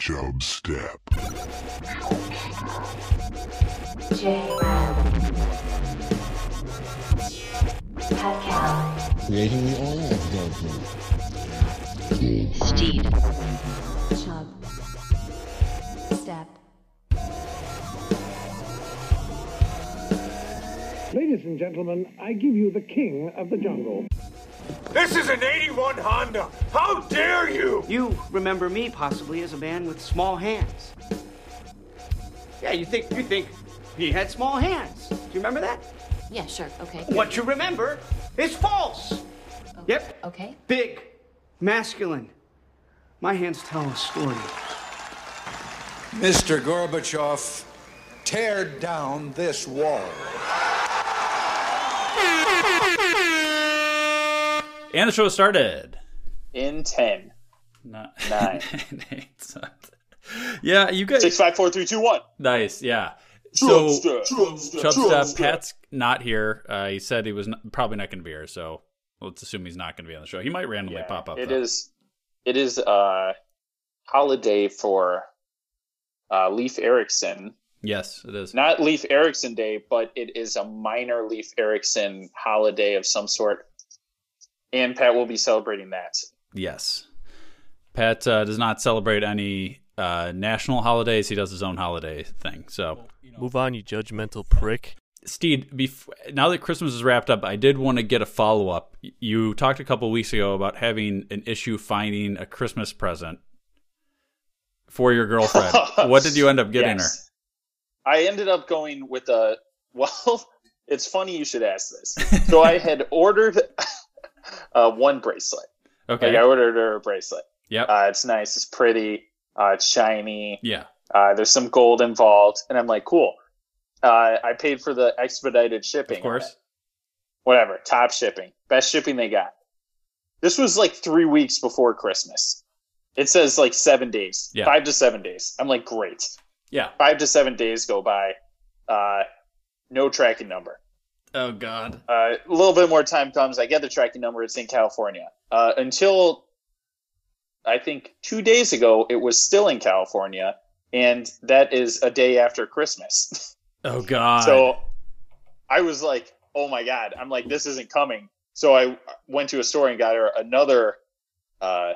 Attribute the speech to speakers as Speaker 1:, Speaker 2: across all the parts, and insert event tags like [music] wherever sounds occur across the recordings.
Speaker 1: Dubstep.
Speaker 2: Creating the all of
Speaker 3: Steed. Chub. Step.
Speaker 4: Ladies and gentlemen, I give you the king of the jungle.
Speaker 5: This is an 81 Honda. How dare you?
Speaker 6: You remember me possibly as a man with small hands. Yeah, you think you think he had small hands. Do you remember that?
Speaker 3: Yeah, sure. Okay.
Speaker 6: What you remember is false. Yep.
Speaker 3: Okay.
Speaker 6: Big, masculine. My hands tell a story.
Speaker 7: Mr. Gorbachev, tear down this wall.
Speaker 8: And the show started.
Speaker 9: in 10
Speaker 8: Nine.
Speaker 9: Nine.
Speaker 8: [laughs] Eight, seven. yeah, you guys.
Speaker 9: 6 5 4 3 2 1
Speaker 8: Nice. Yeah. so,
Speaker 9: Chubstep, Chubstep,
Speaker 8: Chubstep,
Speaker 9: Chubstep.
Speaker 8: Pat's not here. Uh, he said he was n probably not going to be here, so let's assume he's not going to be on the show. He might randomly
Speaker 9: Yeah,
Speaker 8: pop up.
Speaker 9: it
Speaker 8: though.
Speaker 9: is it is a holiday for uh, leaf erickson
Speaker 8: Yes, it is.
Speaker 9: not leaf erickson day but it is a minor leaf erickson holiday of some sort and pat will be celebrating that
Speaker 8: Yes. Pat uh, does not celebrate any uh, national holidays. He does his own holiday thing. So,
Speaker 10: Move on, you judgmental prick.
Speaker 8: Steed, bef- now that Christmas is wrapped up, I did want to get a follow up. You talked a couple weeks ago about having an issue finding a Christmas present for your
Speaker 9: [laughs]
Speaker 8: girlfriend. what did you end up getting
Speaker 9: Yes. I ended up going with a [laughs] well. It's funny you should ask this. So
Speaker 8: [laughs]
Speaker 9: I had ordered [laughs] uh, one bracelet.
Speaker 8: her? Okay.
Speaker 9: Like I ordered her a bracelet.
Speaker 8: Yep.
Speaker 9: Uh, it's nice. It's pretty. Uh, it's shiny.
Speaker 8: yeah.
Speaker 9: Uh, there's some gold involved, and I'm like, cool. Uh, I paid for the expedited shipping.
Speaker 8: Of course.
Speaker 9: Whatever. Top shipping. Best shipping they got. This was like three weeks before Christmas. It says like seven days.
Speaker 8: Yeah.
Speaker 9: Five to seven days. I'm like, great
Speaker 8: Yeah.
Speaker 9: five to seven days go by, uh, no tracking number.
Speaker 8: Oh God.
Speaker 9: Uh, a little bit more time comes, I get the tracking number. It's in California. Uh, until I think two days ago, it was still in California, and that is a day after Christmas. [laughs]
Speaker 8: Oh God.
Speaker 9: so I was like, "Oh my god!" I'm like, "This isn't coming." So I went to a store and got her another uh,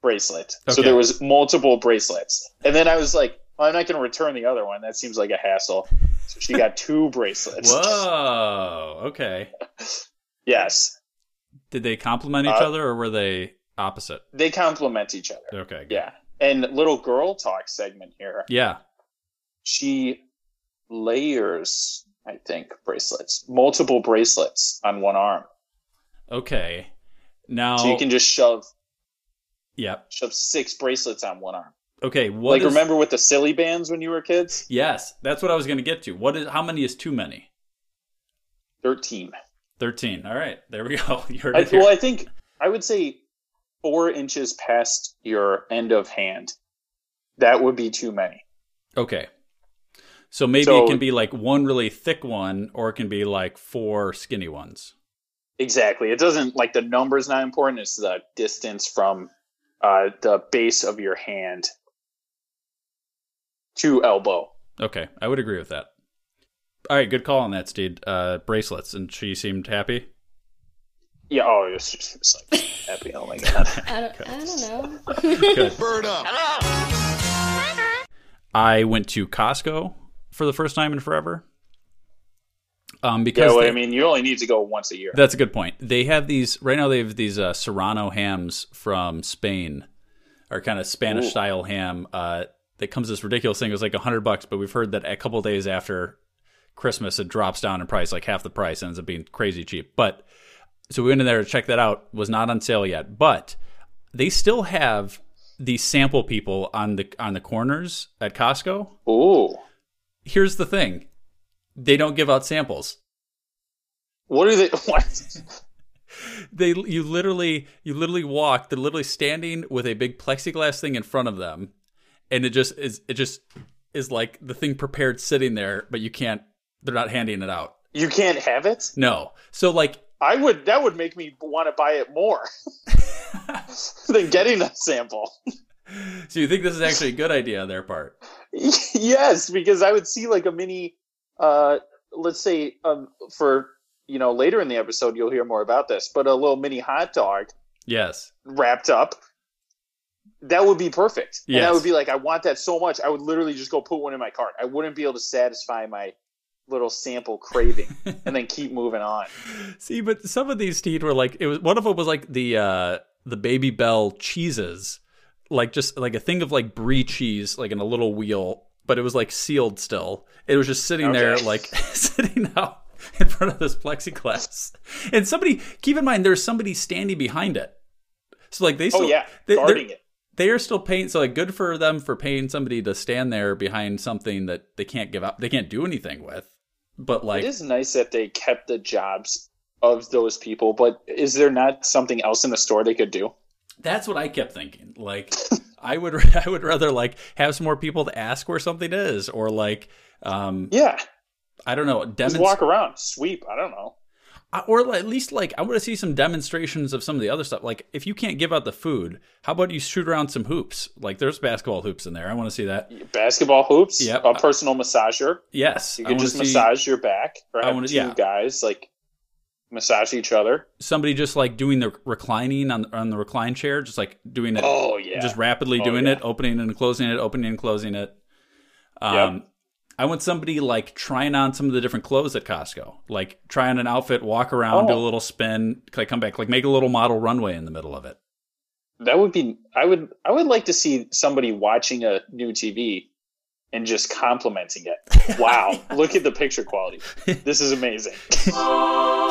Speaker 9: bracelet. So
Speaker 8: Okay.
Speaker 9: there was multiple bracelets, and then I was like, well, "I'm not going to return the other one. That seems like a hassle." So she
Speaker 8: [laughs]
Speaker 9: got two bracelets.
Speaker 8: Whoa. Okay.
Speaker 9: Yes,
Speaker 8: Did they complement each
Speaker 9: Uh,
Speaker 8: other or were they opposite?
Speaker 9: they complement each other.
Speaker 8: Okay. good.
Speaker 9: Yeah, and little girl talk segment here.
Speaker 8: Yeah.
Speaker 9: She layers, I think, bracelets, multiple bracelets on one arm,
Speaker 8: Okay. Now.
Speaker 9: so you can just shove
Speaker 8: Yep.
Speaker 9: shove six bracelets on one arm.
Speaker 8: Okay. What
Speaker 9: like
Speaker 8: is-
Speaker 9: remember with the silly bands when you were kids?
Speaker 8: Yes, that's what I was going to get to. What is? How many is too many?
Speaker 9: Thirteen.
Speaker 8: Thirteen. All right. There we [laughs] go. You heard
Speaker 9: I,
Speaker 8: it here.
Speaker 9: well, I think I would say four inches past your end of hand. That would be too many.
Speaker 8: Okay. So maybe
Speaker 9: So-
Speaker 8: it can be like one really thick one, or it can be like four skinny ones.
Speaker 9: Exactly. It doesn't like the number's not important. It's the distance from uh, the base of your hand to elbow.
Speaker 8: Okay, I would agree with that. All right, good call on that, Steed. Uh, bracelets, and she seemed happy.
Speaker 9: Yeah. Oh, it's just it's like
Speaker 8: [laughs]
Speaker 9: happy. Oh my god.
Speaker 3: I don't, I don't know.
Speaker 7: Bird up.
Speaker 8: I went to Costco for the first time in forever. Um, because
Speaker 9: Yeah. Well,
Speaker 8: they-
Speaker 9: I mean, you only need to go once a year.
Speaker 8: That's a good point. They have these right now. They have these uh, Serrano hams from Spain, or kind of Spanish style ham. Uh, that comes this ridiculous thing. It was like hundred bucks, but we've heard that a couple days after Christmas, it drops down in price, like half the price, ends up being crazy cheap. But so we went in there to check that out. Was not on sale yet, but they still have these sample people on the on the corners at Costco.
Speaker 9: Ooh.
Speaker 8: Here's the thing: they don't give out samples.
Speaker 9: What are they? [laughs] What?
Speaker 8: they you literally you literally walk they're literally standing with a big plexiglass thing in front of them and it just is it just is like the thing prepared sitting there but you can't they're not handing it out
Speaker 9: You can't have it.
Speaker 8: no so like
Speaker 9: I would
Speaker 8: [laughs]
Speaker 9: [laughs] that would make me want to buy it more than getting a sample. [laughs]
Speaker 8: So you think this is actually a good idea on their part?
Speaker 9: yes, because I would see like a mini, uh, let's say, um, for you know later in the episode you'll hear more about this, but a little mini hot dog
Speaker 8: Yes.
Speaker 9: wrapped up. That would be perfect, and I
Speaker 8: Yes.
Speaker 9: would be like, I want that so much. I would literally just go put one in my cart. I wouldn't be able to satisfy my little
Speaker 8: [laughs]
Speaker 9: sample craving, and then keep moving on.
Speaker 8: See, but some of these teeth were like it was one of them was like the uh the baby bell cheeses, like just like a thing of like brie cheese, like in a little wheel, but it was like sealed still. It was just sitting there,
Speaker 9: Okay.
Speaker 8: like [laughs] sitting out in front of this plexiglass, and somebody keep in mind there's somebody standing behind it. So like they
Speaker 9: Oh
Speaker 8: still,
Speaker 9: yeah,
Speaker 8: they, they're-
Speaker 9: guarding it.
Speaker 8: they are still paying so like good for them for paying somebody to stand there behind something that they can't give up they can't do anything with but like
Speaker 9: it is nice that they kept the jobs of those people, but is there not something else in the store they could do?
Speaker 8: that's what i kept thinking like [laughs] i would [laughs] i would rather like have some more people to ask where something is or like um
Speaker 9: Yeah,
Speaker 8: i don't know
Speaker 9: just
Speaker 8: demonstrate
Speaker 9: walk around, sweep. I don't know.
Speaker 8: or at least like i want to see some demonstrations of some of the other stuff like if you can't give out the food how about you shoot around some hoops like there's basketball hoops in there i want to see that
Speaker 9: Basketball hoops,
Speaker 8: Yep.
Speaker 9: a personal massager.
Speaker 8: yes
Speaker 9: You
Speaker 8: I
Speaker 9: could
Speaker 8: wanna
Speaker 9: just
Speaker 8: see-
Speaker 9: massage your back or
Speaker 8: I
Speaker 9: have
Speaker 8: wanna-
Speaker 9: two
Speaker 8: yeah.
Speaker 9: guys like massage each other.
Speaker 8: somebody just like doing the reclining on on the recline chair, just like doing it,
Speaker 9: Oh yeah.
Speaker 8: just rapidly
Speaker 9: Oh,
Speaker 8: doing
Speaker 9: yeah.
Speaker 8: it, opening and closing it, opening and closing it. Um, I want somebody like trying on some of the different clothes at Costco, like try on an outfit, walk around, do
Speaker 9: Oh.
Speaker 8: a little spin, like come back, like make a little model runway in the middle of it.
Speaker 9: that would be I would I would like to see somebody watching a new TV and just complimenting
Speaker 8: [laughs]
Speaker 9: it. Wow, look at the picture quality. This is amazing.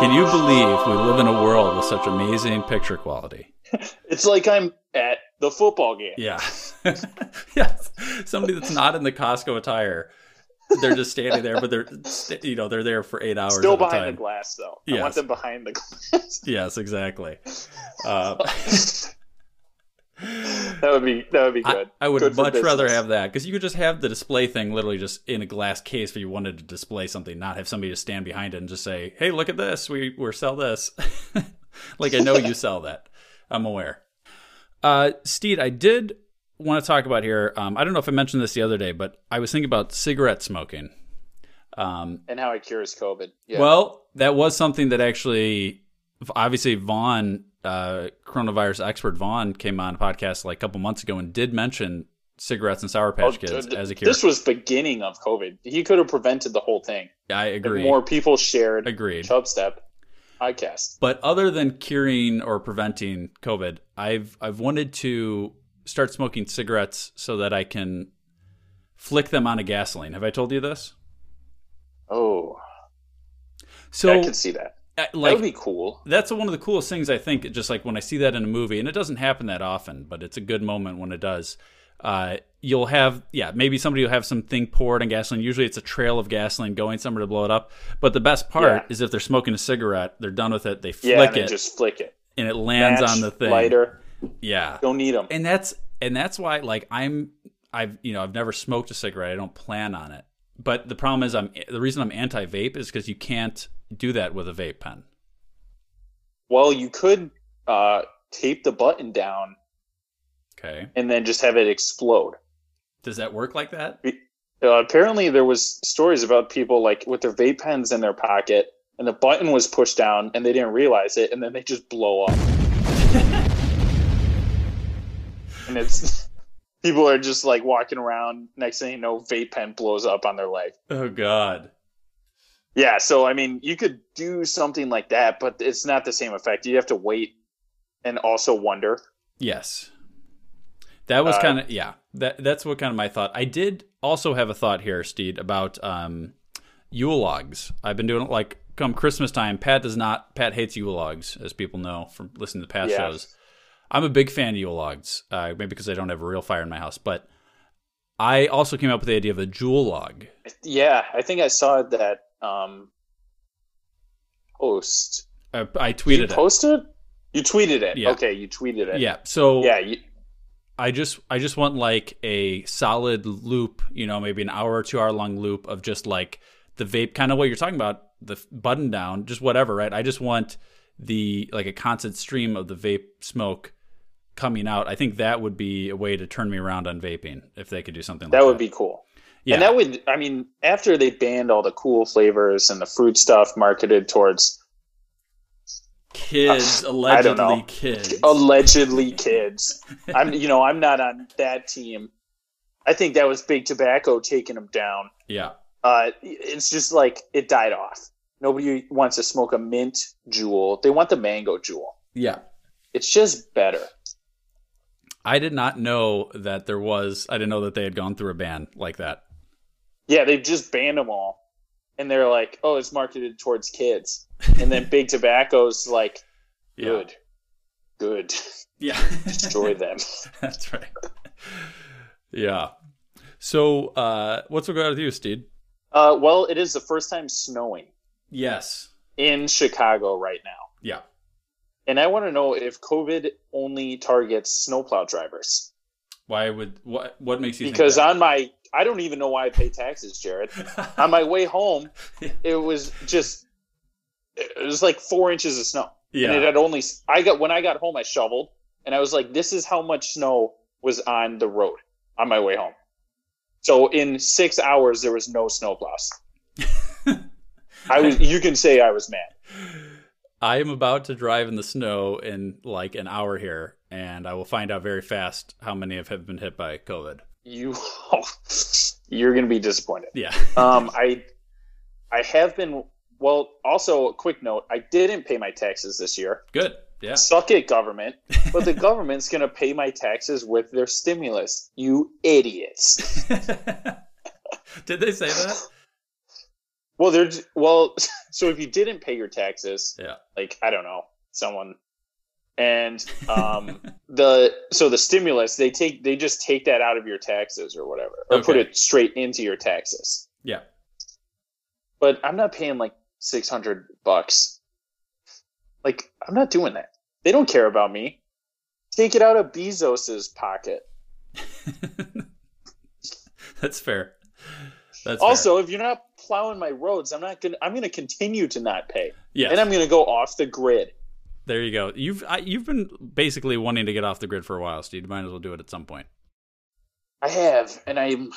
Speaker 8: Can you believe we live in a world with such amazing picture quality?
Speaker 9: It's like I'm at the football game.
Speaker 8: Yeah, [laughs] yes. Somebody that's not in the Costco attire, they're just standing there, but they're st- you know they're there for eight hours.
Speaker 9: Still
Speaker 8: at a
Speaker 9: behind
Speaker 8: time.
Speaker 9: the glass, though. I
Speaker 8: Yes.
Speaker 9: want them behind the [laughs] glass.
Speaker 8: Yes, exactly. Uh,
Speaker 9: that would be that would be
Speaker 8: I,
Speaker 9: good.
Speaker 8: I would
Speaker 9: Good for
Speaker 8: much rather
Speaker 9: business.
Speaker 8: have that because you could just have the display thing literally just in a glass case if you wanted to display something, not have somebody just stand behind it and just say, "Hey, look at this. We we sell this." [laughs] like I know you sell that. I'm aware. Uh, Steed, I did want to talk about here. Um, I don't know if I mentioned this the other day, but I was thinking about cigarette smoking. Um,
Speaker 9: and how it cures COVID. Yeah.
Speaker 8: well, that was something that actually, obviously, Vaughn, uh, coronavirus expert Vaughn, came on a podcast like a couple months ago and did mention cigarettes and Sour Patch Kids
Speaker 9: th-
Speaker 8: as a cure.
Speaker 9: Oh, this was beginning of COVID. He could have prevented the whole thing.
Speaker 8: I
Speaker 9: If
Speaker 8: agree.
Speaker 9: more people shared
Speaker 8: Agreed.
Speaker 9: Chub Step podcast.
Speaker 8: But other than curing or preventing COVID, I've I've wanted to start smoking cigarettes so that I can flick them onto gasoline. Have I told you this?
Speaker 9: Oh,
Speaker 8: So
Speaker 9: I could see that.
Speaker 8: uh,
Speaker 9: that
Speaker 8: like
Speaker 9: would be cool.
Speaker 8: that's one of the coolest things I think. Just like when I see that in a movie, and it doesn't happen that often, but it's a good moment when it does. Uh, you'll have, yeah, maybe somebody will have something poured on gasoline. Usually, it's a trail of gasoline going somewhere to blow it up. But the best part
Speaker 9: Yeah.
Speaker 8: is if they're smoking a cigarette, they're done with it. They
Speaker 9: Yeah,
Speaker 8: flick
Speaker 9: and then
Speaker 8: it,
Speaker 9: just flick it.
Speaker 8: and it lands
Speaker 9: Match,
Speaker 8: on the thing.
Speaker 9: Lighter.
Speaker 8: Yeah,
Speaker 9: Don't need them.
Speaker 8: and that's and that's why like i'm i've you know i've never smoked a cigarette i don't plan on it but the problem is i'm the reason i'm anti-vape is because you can't do that with a vape pen
Speaker 9: Well, you could uh, tape the button down
Speaker 8: okay
Speaker 9: and then just have it explode.
Speaker 8: does that work like that
Speaker 9: uh, apparently there was stories about people like with their vape pens in their pocket and the button was pushed down and they didn't realize it and then they just blow up and it's [laughs] people are just like walking around next thing you know vape pen blows up on their leg
Speaker 8: oh god
Speaker 9: yeah so i mean you could do something like that but it's not the same effect you have to wait and also wonder
Speaker 8: yes that was
Speaker 9: Uh,
Speaker 8: kind of yeah that that's what kind of my thought i did also have a thought here steed about um yule logs i've been doing it like come christmas time pat does not pat hates yule logs as people know from listening to past
Speaker 9: Yeah.
Speaker 8: shows I'm a big fan of Yule logs, uh, maybe because I don't have a real fire in my house, but I also came up with the idea of a jewel log.
Speaker 9: yeah i think i saw that um post
Speaker 8: I, Uh, I
Speaker 9: you
Speaker 8: tweeted
Speaker 9: posted? You tweeted it.
Speaker 8: Yeah.
Speaker 9: Okay, you tweeted
Speaker 8: it.
Speaker 9: it.
Speaker 8: Yeah. So
Speaker 9: Yeah. You,
Speaker 8: I just I just want like a solid loop, you know, maybe an hour or two hour long loop of just like the vape kind of what you're talking about, the f- button down, just whatever, right? I just want the like a constant stream of the vape smoke coming out, I think that would be a way to turn me around on vaping if they could do something like
Speaker 9: That would be cool.
Speaker 8: yeah.
Speaker 9: And that would, I mean, after they banned all the cool flavors and the fruit stuff marketed towards
Speaker 8: kids,
Speaker 9: I don't know.
Speaker 8: allegedly
Speaker 9: [laughs]
Speaker 8: kids. [laughs]
Speaker 9: allegedly kids, I'm, you know, I'm not on that team. I think that was big tobacco taking them down.
Speaker 8: yeah.
Speaker 9: Uh, it's just like it died off. Nobody wants to smoke a mint jewel. They want the mango jewel.
Speaker 8: Yeah.
Speaker 9: It's just better.
Speaker 8: I did not know that there was, I didn't know that they had gone through a ban like that.
Speaker 9: Yeah, they've just banned them all. And they're like, oh, it's marketed towards kids. And then Big Tobacco's like,
Speaker 8: [laughs] Yeah.
Speaker 9: good, good, [laughs]
Speaker 8: Yeah.
Speaker 9: destroy them. [laughs]
Speaker 8: [laughs] That's right. yeah. So, uh, what's going on with you, Steed?
Speaker 9: Uh, well, it is the first time snowing
Speaker 8: Yes.
Speaker 9: in Chicago right now.
Speaker 8: Yeah.
Speaker 9: And I want to know if COVID only targets snowplow drivers.
Speaker 8: Why would, what, what makes you
Speaker 9: Because
Speaker 8: think
Speaker 9: on my, I don't even know why I pay taxes, Jared.
Speaker 8: that?
Speaker 9: on my way home, it was just, it was like four inches of snow.
Speaker 8: yeah.
Speaker 9: And it had only I got when I got home I shoveled and I was like this is how much snow was on the road on my way home. So in 6 hours there was no snowplows.
Speaker 8: [laughs]
Speaker 9: I was you can say I was mad.
Speaker 8: [laughs] I am about to drive in the snow in like an hour here, and I will find out very fast how many have- have been hit by COVID.
Speaker 9: You [laughs] you're going to be disappointed.
Speaker 8: Yeah. [laughs]
Speaker 9: Um I I have been well also a quick note, I didn't pay my taxes this year.
Speaker 8: Good. Yeah.
Speaker 9: Suck it government.
Speaker 8: [laughs]
Speaker 9: But the government's going to pay my taxes with their stimulus. You idiots.
Speaker 8: Did they say that?
Speaker 9: Well, there's well, [laughs] so if you didn't pay your taxes,
Speaker 8: Yeah.
Speaker 9: like I don't know, someone, and
Speaker 8: [laughs]
Speaker 9: um, the so the stimulus they take they just take that out of your taxes or whatever, or put
Speaker 8: Okay.
Speaker 9: it straight into your taxes.
Speaker 8: Yeah. [laughs]
Speaker 9: But I'm not paying like six hundred bucks. Like I'm not doing that. They don't care about me. Take it out of Bezos's pocket.
Speaker 8: That's fair. That's fair.
Speaker 9: also, if you're not plowing my roads, I'm not gonna. I'm gonna continue to not pay,
Speaker 8: Yes.
Speaker 9: and I'm gonna go off the grid.
Speaker 8: There you go. You've I, you've been basically wanting to get off the grid for a while, Steve. You might as well do it at some point.
Speaker 9: I have, and I'm,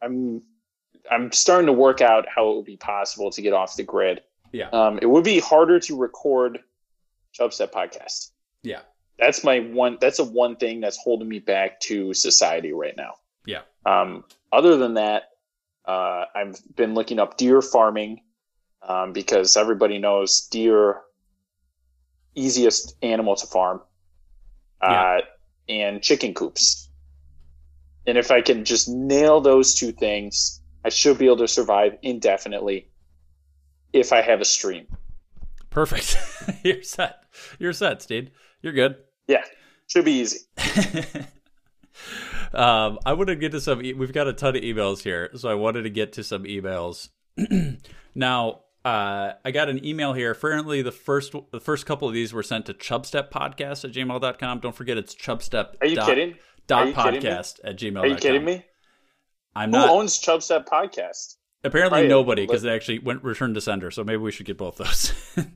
Speaker 9: I'm, I'm starting to work out how it would be possible to get off the grid.
Speaker 8: Yeah.
Speaker 9: Um, it would be harder to record Chubstep podcast.
Speaker 8: Yeah.
Speaker 9: That's my one. That's a one thing that's holding me back to society right now.
Speaker 8: Yeah.
Speaker 9: Um, other than that, uh, I've been looking up deer farming um, because everybody knows deer easiest animal to farm, uh, and chicken coops. And if I can just nail those two things, I should be able to survive indefinitely if I have a stream.
Speaker 8: Perfect. [laughs] You're set. You're set, Steve. You're good.
Speaker 9: Yeah, should be easy.
Speaker 8: um, I wanted to get to some. E- we've got a ton of emails here, so I wanted to get to some emails. [clears throat] now, uh, I got an email here. Apparently, the first the first couple of these were sent to chubstep podcast at gmail.com. Don't forget, it's chubstep.
Speaker 9: Are you
Speaker 8: dot-
Speaker 9: kidding?
Speaker 8: Dot
Speaker 9: Are you kidding me?
Speaker 8: podcast at gmail.
Speaker 9: Are you kidding me?
Speaker 8: I'm
Speaker 9: Who
Speaker 8: not.
Speaker 9: owns Chubstep podcast?
Speaker 8: apparently,
Speaker 9: Right.
Speaker 8: nobody because they actually went returned to sender. So maybe we should get both those. [laughs]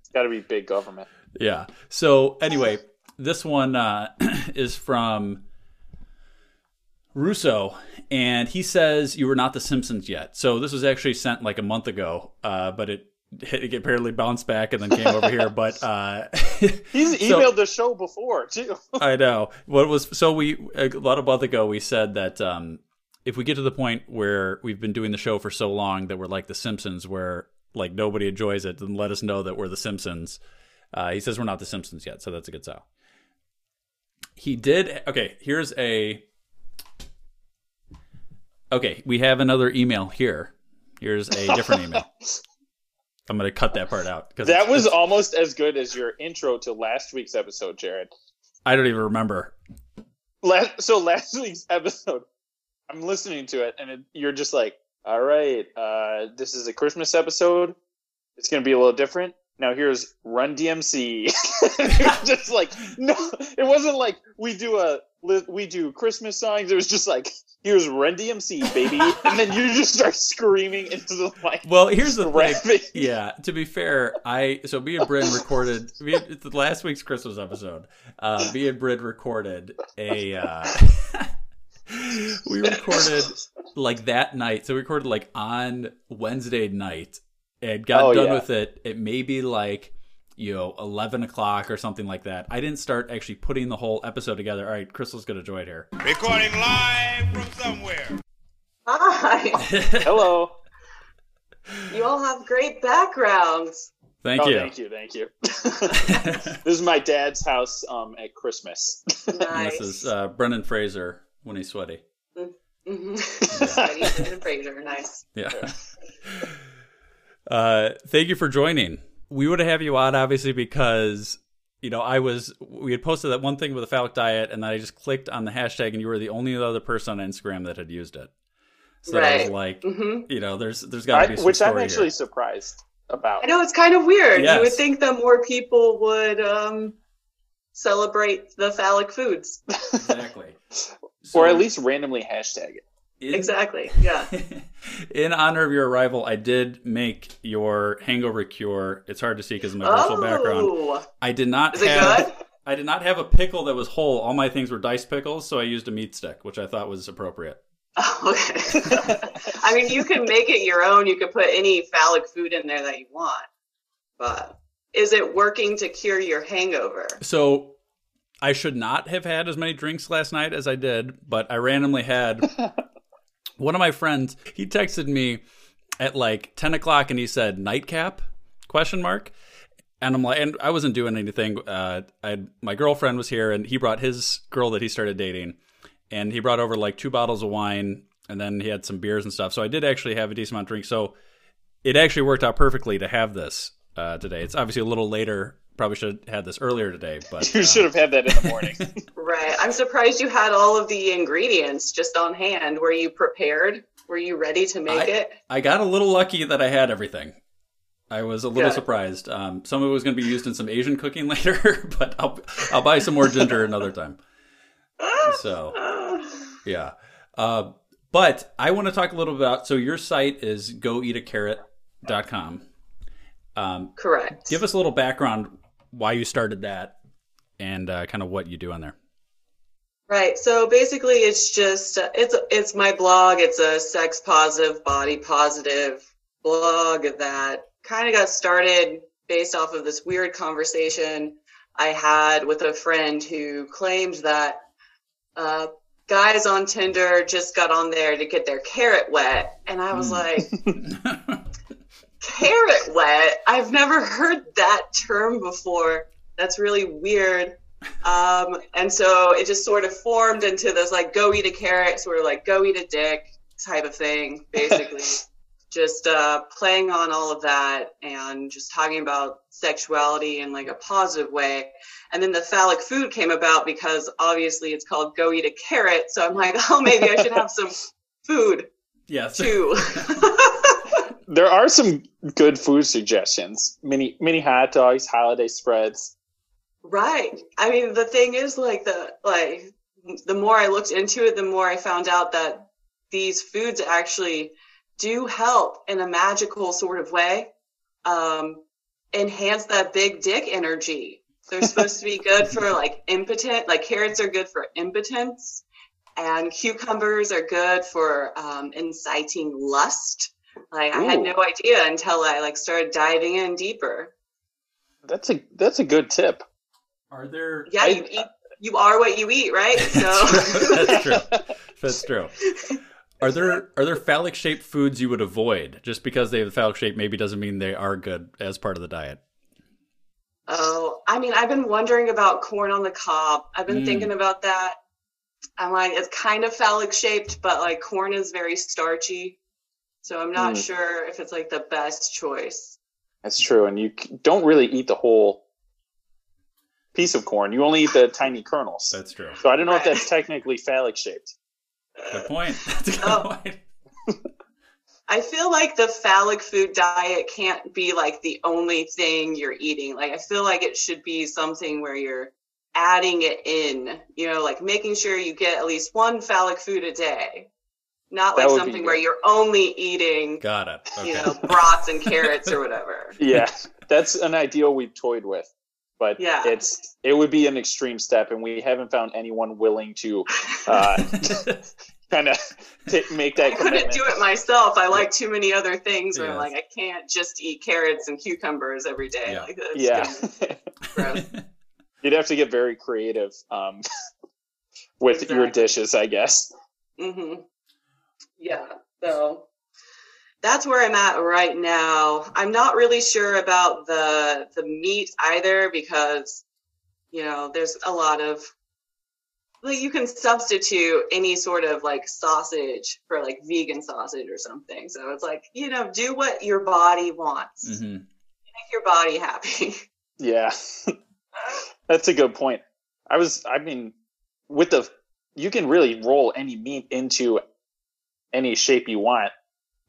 Speaker 9: It's got to be big government.
Speaker 8: Yeah. So anyway, this one uh, [clears throat] is from Russo, and he says you were not the Simpsons yet. So this was actually sent like a month ago, uh, but it, it apparently bounced back and then came over here. But uh, [laughs]
Speaker 9: He's
Speaker 8: So-
Speaker 9: emailed the show before too.
Speaker 8: I know what was so we a lot of month ago we said that um, if we get to the point where we've been doing the show for so long that we're like the Simpsons, where like nobody enjoys it, then let us know that we're the Simpsons. Uh, he says we're not the Simpsons yet, so that's a good sell. He did okay. Here's a okay. We have another email here. Here's a different
Speaker 9: [laughs]
Speaker 8: email. I'm gonna cut that part out because
Speaker 9: That was almost as good as your intro to last week's episode, Jared.
Speaker 8: I don't even remember.
Speaker 9: Last, so last [laughs] week's episode, I'm listening to it, and it, you're just like, "All right, uh, this is a Christmas episode. It's going to be a little different." Now [laughs] here's Run DMC. it was just like, no, it wasn't like we do a li- we do Christmas songs. It was just like, here's Run DMC, baby, and then you just start screaming into the mic.
Speaker 8: Well, here's the thing.
Speaker 9: Rapping.
Speaker 8: Yeah, to be fair, I so me and Bryn recorded me, it's the last week's Christmas episode. Uh, me and Bryn recorded a. Uh, [laughs] we recorded like that night. So we recorded like on Wednesday night and got
Speaker 9: Oh,
Speaker 8: done
Speaker 9: yeah.
Speaker 8: with it. It may be like you know eleven o'clock or something like that. I didn't start actually putting the whole episode together. All right, Crystal's gonna join here.
Speaker 1: Recording live from somewhere.
Speaker 11: Hi.
Speaker 9: Hello.
Speaker 11: You all have great backgrounds.
Speaker 8: Thank
Speaker 9: oh,
Speaker 8: you.
Speaker 9: thank you, thank you. [laughs] this is my dad's house um, at Christmas. [laughs]
Speaker 8: And
Speaker 11: Nice.
Speaker 8: this is uh, Brendan Fraser when he's sweaty.
Speaker 11: Mhm. Freddie and Fraser, nice.
Speaker 8: Yeah. [laughs] uh, thank you for joining. We would have you on obviously because you know I was we had posted that one thing with the phallic diet, and then I just clicked on the hashtag, and you were the only other person on Instagram that had used it. So I was
Speaker 11: Right.
Speaker 8: like,
Speaker 11: hmm
Speaker 8: you know, there's there's got
Speaker 9: Mm-hmm. I,
Speaker 8: to be some
Speaker 9: which I'm
Speaker 8: story
Speaker 9: actually [laughs]
Speaker 8: here.
Speaker 9: surprised about.
Speaker 11: I know it's kind of weird.
Speaker 8: Yes.
Speaker 11: You would think that more people would um, celebrate the phallic foods.
Speaker 8: exactly,
Speaker 9: [laughs] or at least randomly hashtag it. [laughs]
Speaker 8: in,
Speaker 11: Exactly. Yeah.
Speaker 8: in honor of your arrival, I did make your hangover cure. It's hard to see because of my virtual background.
Speaker 11: Oh,
Speaker 8: I did not
Speaker 11: is it
Speaker 8: have
Speaker 11: good?
Speaker 8: I did not have a pickle that was whole. All my things were dice pickles, so I used a meat stick, which I thought was appropriate.
Speaker 11: Oh, okay. [laughs] I mean, you can make it your own. You could put any phallic food in there that you want. But is it working to cure your hangover?
Speaker 8: So I should not have had as many drinks last night as I did, but I randomly had one of my friends. He texted me at like ten o'clock, and he said nightcap question mark. And I'm like, and I wasn't doing anything. Uh, I my girlfriend was here, and he brought his girl that he started dating, and he brought over like two bottles of wine, and then he had some beers and stuff. So I did actually have a decent amount of drink. So it actually worked out perfectly to have this uh, today. It's obviously a little later. Probably should have had this earlier today, but
Speaker 9: You
Speaker 8: uh,
Speaker 9: should have had that in the
Speaker 11: [laughs]
Speaker 9: morning.
Speaker 11: Right. I'm surprised you had all of the ingredients just on hand. Were you prepared? Were you ready to make
Speaker 8: I-
Speaker 11: it?
Speaker 8: I got a little lucky that I had everything. I was a little
Speaker 11: Good.
Speaker 8: surprised. Um, some of it was going to be used in some Asian cooking [laughs] later, but I'll I'll buy some more ginger another time. So yeah, uh, but I want to talk a little about. So your site is goeatacarrot.com. Um,
Speaker 11: Correct.
Speaker 8: give us a little background why you started that and uh, kind of what you do on there. [laughs]
Speaker 11: Right. So basically, it's just uh, it's it's my blog. It's a sex positive, body positive blog that kind of got started based off of this weird conversation I had with a friend who claimed that uh, guys on Tinder just got on there to get their carrot wet, and I was like, carrot wet. I've never heard that term before. That's really weird. Um, and so it just sort of formed into this like go eat a carrot, sort of like go eat a dick type of thing, basically. just uh, playing on all of that and just talking about sexuality in like a positive way. And then the phallic food came about because obviously it's called go eat a carrot. So I'm like, [laughs] oh, maybe I should have some food
Speaker 8: Yes.
Speaker 11: too.
Speaker 9: there are some good food suggestions. Mini mini hot dogs, holiday spreads.
Speaker 11: Right. I mean, the thing is, like the like the more I looked into it, the more I found out that these foods actually do help in a magical sort of way, um, enhance that big dick energy. They're supposed to be good
Speaker 9: [laughs]
Speaker 11: for like impotent, like carrots are good for impotence, and cucumbers are good for um, inciting lust. Like I had
Speaker 9: Ooh.
Speaker 11: no idea until I like started diving in deeper.
Speaker 9: That's a that's a good tip.
Speaker 8: Are there? [laughs]
Speaker 11: Yeah,
Speaker 9: I-
Speaker 11: you eat. You are what you eat,
Speaker 9: [laughs]
Speaker 11: right? So,
Speaker 8: That's true. That's
Speaker 11: [laughs]
Speaker 8: true. Are there are there phallic shaped foods you would avoid just because they have the phallic shape? Maybe doesn't mean they are good as part of the diet.
Speaker 11: oh, I mean, I've been wondering about corn on the cob. I've been
Speaker 8: Mm.
Speaker 11: thinking about that. I'm like, it's kind of phallic shaped, but like corn is very starchy, so I'm not
Speaker 9: Mm.
Speaker 11: sure if it's like the best choice.
Speaker 9: [laughs] That's true, and you c- don't really eat the whole piece of corn. You only eat the tiny kernels.
Speaker 8: That's true.
Speaker 9: so I don't know if
Speaker 11: Right.
Speaker 9: that's technically phallic shaped.
Speaker 8: Good point. [laughs] That's a good
Speaker 11: Oh.
Speaker 8: point.
Speaker 11: I feel like the phallic food diet can't be like the only thing you're eating. Like, I feel like it should be something where you're adding it in, you know, like making sure you get at least one phallic food a day. Not
Speaker 9: That
Speaker 11: like
Speaker 9: would be
Speaker 11: something
Speaker 9: good.
Speaker 11: where you're only eating,
Speaker 8: Got it. Okay.
Speaker 11: you know, broths and carrots or whatever.
Speaker 9: yeah, [laughs] that's an ideal we've toyed with, but
Speaker 11: Yeah.
Speaker 9: it's it would be an extreme step, and we haven't found anyone willing to
Speaker 11: [laughs]
Speaker 9: uh, [laughs] kind of t- make that
Speaker 11: I couldn't
Speaker 9: commitment.
Speaker 11: do it myself. I like too many other things where
Speaker 8: Yeah.
Speaker 11: like I can't just eat carrots and cucumbers every day.
Speaker 8: Yeah.
Speaker 11: Like, that's
Speaker 9: Yeah, [laughs]
Speaker 11: gonna be gross.
Speaker 9: you'd have to get very creative um, [laughs] with your
Speaker 11: Exactly.
Speaker 9: dishes, I guess.
Speaker 11: Mm-hmm. Yeah. So that's where I'm at right now. I'm not really sure about the the meat either because you know there's a lot of like you can substitute any sort of like sausage for like vegan sausage or something. So it's like you know do what your body wants,
Speaker 9: Mm-hmm.
Speaker 8: hmm
Speaker 11: make your body happy. [laughs]
Speaker 9: Yeah, [laughs] that's a good point. I was, I mean, with the, you can really roll any meat into any shape you want,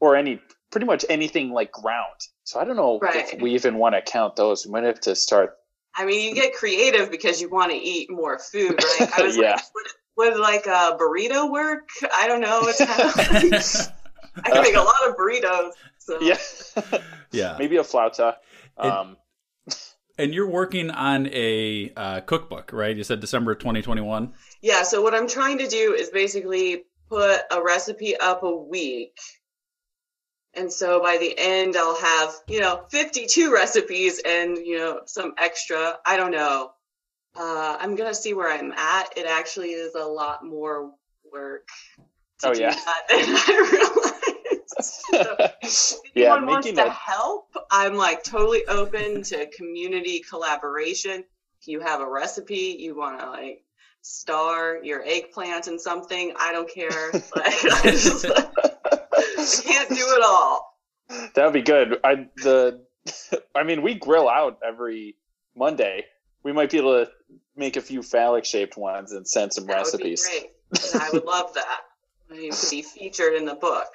Speaker 9: or any pretty much anything like ground. So I don't know
Speaker 11: Right.
Speaker 9: if we even want to count those. We might have to start. [laughs]
Speaker 11: I mean, you get creative because you want to eat more food, right? I was
Speaker 9: Yeah.
Speaker 11: like, would, would like a burrito work? I don't know. It's kind of, I can make a lot of burritos. So.
Speaker 9: Uh, yeah,
Speaker 8: [laughs]
Speaker 9: [laughs]
Speaker 8: Yeah.
Speaker 9: maybe a flauta. Um,
Speaker 8: And you're working on a uh, cookbook, right? You said December 2021.
Speaker 11: Yeah, So what I'm trying to do is basically put a recipe up a week. And so by the end, I'll have, you know, 52 recipes and, you know, some extra. I don't know. Uh, I'm going to see where I'm at. It actually is a lot more work. To
Speaker 9: Oh,
Speaker 11: do
Speaker 9: yeah.
Speaker 11: That than I [laughs] realized. So [laughs] if
Speaker 9: [laughs] yeah,
Speaker 11: anyone wants
Speaker 9: making
Speaker 11: to
Speaker 9: a
Speaker 11: help, I'm like totally open to community collaboration. If you have a recipe, you want to like star your eggplant and something, I don't
Speaker 9: [laughs]
Speaker 11: care. Like, I just I [laughs] can't do it all.
Speaker 9: that would be good. I the, [laughs] I mean, we grill out every Monday. We might be able to make a few phallic shaped ones and send some
Speaker 11: That would be
Speaker 9: recipes.
Speaker 11: great. And I would love that. I mean, to be featured in the book.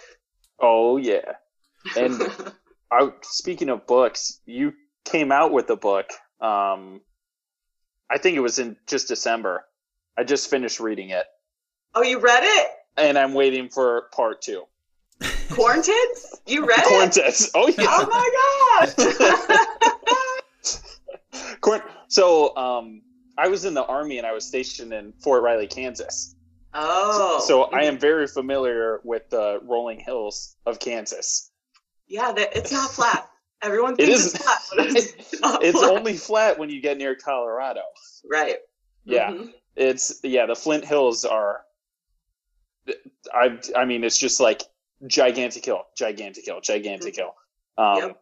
Speaker 9: Oh yeah. And
Speaker 11: [laughs]
Speaker 9: I, speaking of books, you came out with a book. Um, I think it was in just December. I just finished reading it,
Speaker 11: oh, you read it?
Speaker 9: and I'm waiting for part two.
Speaker 11: Corn tits? You read
Speaker 9: Corn
Speaker 11: it?
Speaker 9: tits. Oh yeah.
Speaker 11: Oh
Speaker 9: [laughs]
Speaker 11: my gosh!
Speaker 9: Corn. So um, I was in the army and I was stationed in Fort Riley, Kansas.
Speaker 11: oh.
Speaker 9: So I am very familiar with the rolling hills of Kansas.
Speaker 11: Yeah, that, it's not flat. Everyone
Speaker 9: It
Speaker 11: thinks
Speaker 9: isn't.
Speaker 11: it's flat, but it's not
Speaker 9: [laughs] It's
Speaker 11: flat.
Speaker 9: only flat when you get near Colorado.
Speaker 11: right.
Speaker 9: Yeah.
Speaker 11: Mhm.
Speaker 9: it's yeah the flint hills are i i mean it's just like gigantic hill gigantic hill gigantic hill um
Speaker 11: Yep.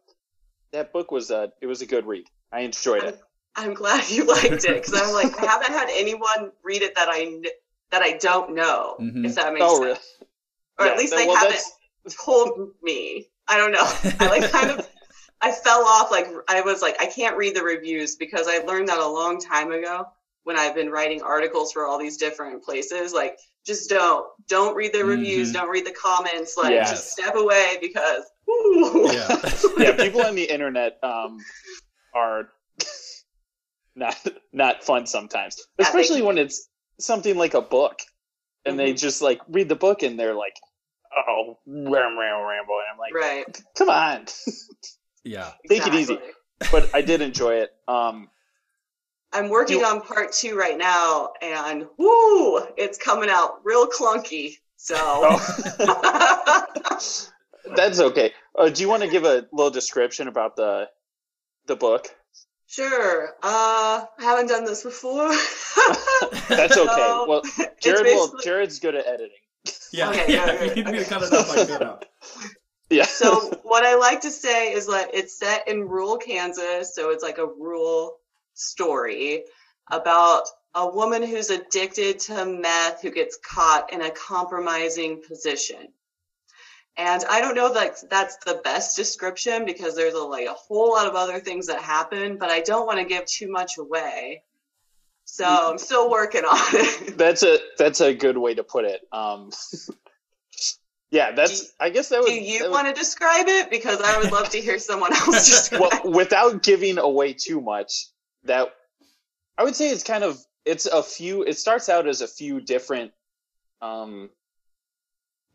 Speaker 9: that book was a it was a good read i enjoyed it
Speaker 11: I'm glad you liked it because I'm like I haven't had anyone read it that I kn- that I don't know.
Speaker 8: Mhm.
Speaker 11: If that makes sense,
Speaker 9: oh really
Speaker 11: or
Speaker 9: Yeah,
Speaker 11: at least
Speaker 9: that-
Speaker 11: they
Speaker 9: well,
Speaker 11: haven't
Speaker 9: that's-
Speaker 11: told me. I don't know. I
Speaker 9: [laughs]
Speaker 11: like kind of I fell off. Like I was like I can't read the reviews because I learned that a long time ago when I've been writing articles for all these different places. Like just don't don't read the reviews.
Speaker 9: Mm-hmm.
Speaker 8: Mhm.
Speaker 11: Don't read the comments. Like
Speaker 9: Yes.
Speaker 11: just step away because. Ooh.
Speaker 9: [laughs] yeah people on the internet um are not not fun sometimes
Speaker 11: [laughs] Yeah, they-
Speaker 9: especially when it's something like a book and they
Speaker 11: Mm-hmm.
Speaker 9: just like read the book and they're like oh ram ram ramble and i'm like
Speaker 11: [laughs] Right.
Speaker 9: come on
Speaker 8: [laughs]
Speaker 9: [laughs]
Speaker 8: Yeah.
Speaker 9: take it easy
Speaker 11: Exactly.
Speaker 9: but I did enjoy it. Um,
Speaker 11: I'm working
Speaker 9: You-
Speaker 11: on part two right now, and woo, it's coming out real clunky. So,
Speaker 9: Oh. [laughs] that's okay. Uh, do you want to give a little description about the the book?
Speaker 11: [laughs] sure. Uh, I haven't done this before.
Speaker 9: [laughs] That's
Speaker 11: [laughs]
Speaker 9: okay.
Speaker 11: So,
Speaker 9: well,
Speaker 11: it's
Speaker 9: Jared will.
Speaker 11: basically-
Speaker 9: Jared's good at editing.
Speaker 8: Yeah.
Speaker 11: Okay,
Speaker 8: yeah.
Speaker 11: yeah,
Speaker 8: If
Speaker 11: yeah.
Speaker 8: you need me to cut it up, I cut it up.
Speaker 9: Yeah. [laughs]
Speaker 11: so what I like to say is that it's set in rural Kansas, so it's like a rural story about a woman who's addicted to meth who gets caught in a compromising position. And I don't know if that's, that's the best description because there's a, like a whole lot of other things that happen, but I don't want to give too much away. So
Speaker 9: Mm-hmm.
Speaker 11: I'm still working on it.
Speaker 9: [laughs] that's a that's a good way to put it. Um, [laughs] yeah, that's. I
Speaker 11: [laughs]
Speaker 9: guess that was.
Speaker 11: Do you
Speaker 9: that was-
Speaker 11: want to describe it? Because I would love to hear someone [laughs] else
Speaker 9: [laughs]
Speaker 11: describe
Speaker 9: well, without giving away too much, that I would say it's kind of it's a few it starts out as a few different um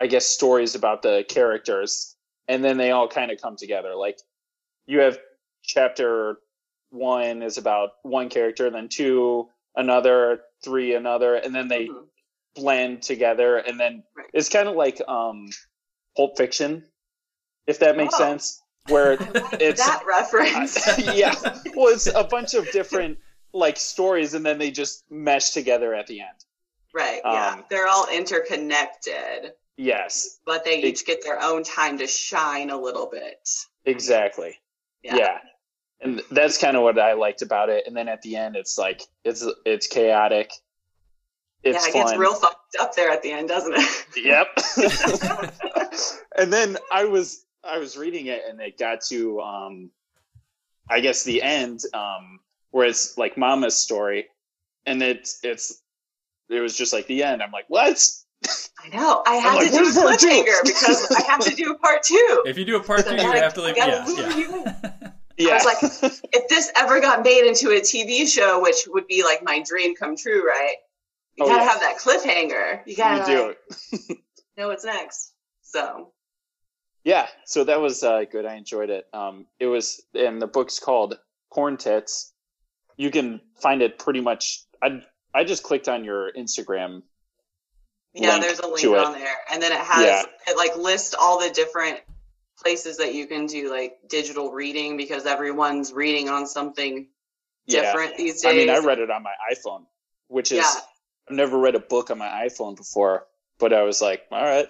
Speaker 9: i guess stories about the characters and then they all kind of come together like you have chapter one is about one character then two another three another and then they
Speaker 11: Mhm.
Speaker 9: blend together and then
Speaker 11: Right.
Speaker 9: it's kind of like um pulp fiction if that makes
Speaker 11: Oh.
Speaker 9: sense where
Speaker 11: I like [laughs]
Speaker 9: It's-
Speaker 11: that reference.
Speaker 9: [laughs] yeah well it's a bunch of different like stories and then they just mesh together at the end
Speaker 11: right. Yeah.
Speaker 9: um,
Speaker 11: They're all interconnected,
Speaker 9: yes
Speaker 11: but they
Speaker 9: Ex-
Speaker 11: each get their own time to shine a little bit.
Speaker 9: exactly yeah, and that's kind of what i liked about it and then at the end it's like it's it's chaotic it's
Speaker 11: yeah, it
Speaker 9: fun
Speaker 11: gets real fucked up there at the end, doesn't it? [laughs]
Speaker 9: yep [laughs] and then i was i was reading it and it got to um i guess the end um where it's like mama's story and it's it's it was just like the end i'm like what
Speaker 11: I know. I had
Speaker 9: like,
Speaker 11: to do
Speaker 9: "Where's
Speaker 11: a
Speaker 9: part two?"
Speaker 11: cliffhanger [laughs] because I have to do part two.
Speaker 9: [laughs]
Speaker 8: If you do a part
Speaker 11: So
Speaker 8: two,
Speaker 11: I
Speaker 8: you
Speaker 11: gotta-
Speaker 8: have to leave.
Speaker 11: I gotta
Speaker 8: Yeah,
Speaker 11: lure
Speaker 8: yeah.
Speaker 11: you in.
Speaker 9: yeah [laughs]
Speaker 11: I was
Speaker 9: like
Speaker 11: if this ever got made into a TV show, which would be like my dream come true, right? You
Speaker 9: Oh,
Speaker 11: gotta
Speaker 9: yeah.
Speaker 11: have that cliffhanger. You gotta
Speaker 9: you do
Speaker 11: like,
Speaker 9: it
Speaker 11: know what's next. So
Speaker 9: yeah so that was uh, good i enjoyed it um it was and the book's called corn tits you can find it pretty much i i just clicked on your instagram
Speaker 11: yeah,
Speaker 9: Link
Speaker 11: there's a link
Speaker 9: to it.
Speaker 11: on there, and then it has
Speaker 9: Yeah.
Speaker 11: it like lists all the different places that you can do like digital reading because everyone's reading on something different these
Speaker 9: yeah i
Speaker 11: days.
Speaker 9: mean i read it on my iphone which is
Speaker 11: Yeah.
Speaker 9: i've never read a book on my iphone before but i was like all right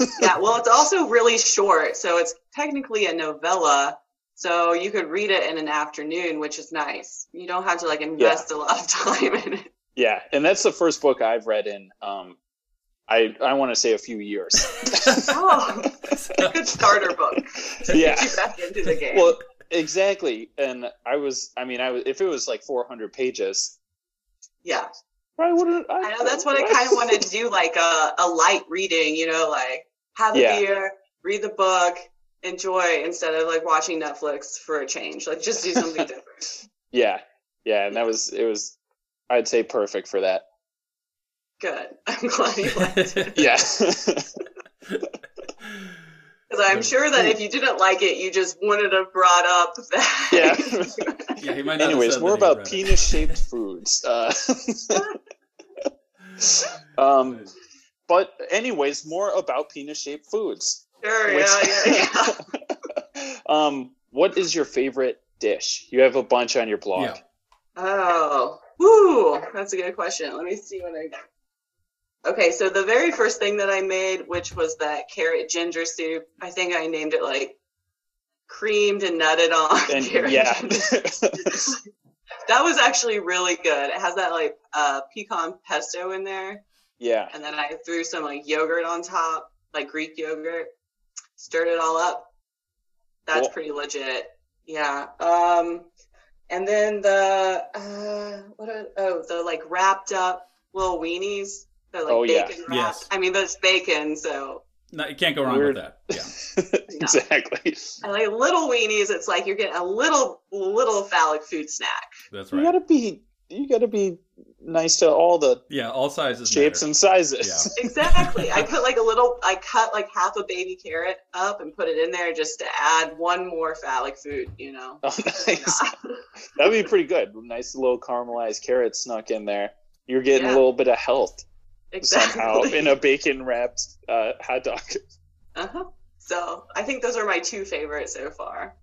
Speaker 9: [laughs]
Speaker 11: yeah, well, it's also really short, so it's technically a novella. So you could read it in an afternoon, which is nice. You don't have to like invest a lot of [laughs] time in it.
Speaker 9: yeah and that's the first book i've read in um i i want to say a few years
Speaker 11: [laughs] Oh, a good starter book to
Speaker 9: Yeah.
Speaker 11: get you back into the game.
Speaker 9: well exactly and i was i mean i was if it was like 400 pages
Speaker 11: yeah,
Speaker 9: probably wouldn't
Speaker 11: I know that's what I kind of wanted to do, like a, a light reading. You know, like have a
Speaker 9: Yeah.
Speaker 11: beer, read the book, enjoy instead of like watching Netflix for a change. Like just do something different.
Speaker 9: [laughs]
Speaker 11: [laughs]
Speaker 9: yeah yeah and that was it was i'd say perfect for that
Speaker 11: Good. I'm glad you
Speaker 8: [laughs]
Speaker 11: liked it. [laughs]
Speaker 9: yeah [laughs]
Speaker 11: Because I'm sure that if you didn't like it, you just wouldn't have brought up that.
Speaker 9: yeah
Speaker 8: yeah he might not have
Speaker 9: anyways
Speaker 8: said
Speaker 9: more
Speaker 8: that he
Speaker 9: about
Speaker 8: read it.
Speaker 9: penis
Speaker 8: [laughs]
Speaker 9: shaped foods uh, um but anyways more about penis shaped foods
Speaker 11: [laughs] sure,
Speaker 9: Which-
Speaker 11: yeah, yeah, yeah.
Speaker 9: [laughs] um, what is your favorite dish? You have a bunch on your blog.
Speaker 8: Yeah.
Speaker 11: Oh, woo, that's a good question. Let me see what I got. Okay, so the very first thing that I made, which was that carrot ginger soup, I think I named it like creamed and nutted on. [laughs]
Speaker 9: And
Speaker 11: carrot
Speaker 9: yeah, [laughs]
Speaker 11: ginger That was actually really good. It has that like uh, pecan pesto in there.
Speaker 9: yeah, [laughs]
Speaker 11: and then I threw some like yogurt on top, like Greek yogurt, stirred it all up. That's
Speaker 9: Cool.
Speaker 11: pretty legit. Yeah. Um, and then the uh, what are oh the like wrapped up little weenies. They're like
Speaker 9: Oh, yeah.
Speaker 11: bacon wrapped.
Speaker 8: Yes.
Speaker 11: I mean that's bacon, so
Speaker 8: No, you can't go wrong
Speaker 9: Weird.
Speaker 8: with that. Yeah.
Speaker 9: exactly.
Speaker 11: I like little weenies. It's like you're getting a little little phallic food snack. [laughs]
Speaker 8: That's
Speaker 9: You
Speaker 8: right.
Speaker 9: gotta be, you gotta be nice to all the
Speaker 8: Yeah, all sizes.
Speaker 9: shapes
Speaker 8: matter.
Speaker 9: and [laughs] sizes.
Speaker 11: Exactly. I put like a little. I cut like half a baby carrot up and put it in there just to add one more phallic food. You know.
Speaker 9: [laughs] Oh,
Speaker 11: [laughs]
Speaker 9: nice. That'd be pretty good. Nice little caramelized carrot snuck in there. You're getting a
Speaker 11: Yeah.
Speaker 9: little bit of health
Speaker 11: Exactly.
Speaker 9: somehow in a bacon wrapped uh, hot dog.
Speaker 11: [laughs] Uh-huh. So I think those are my two favorites so far.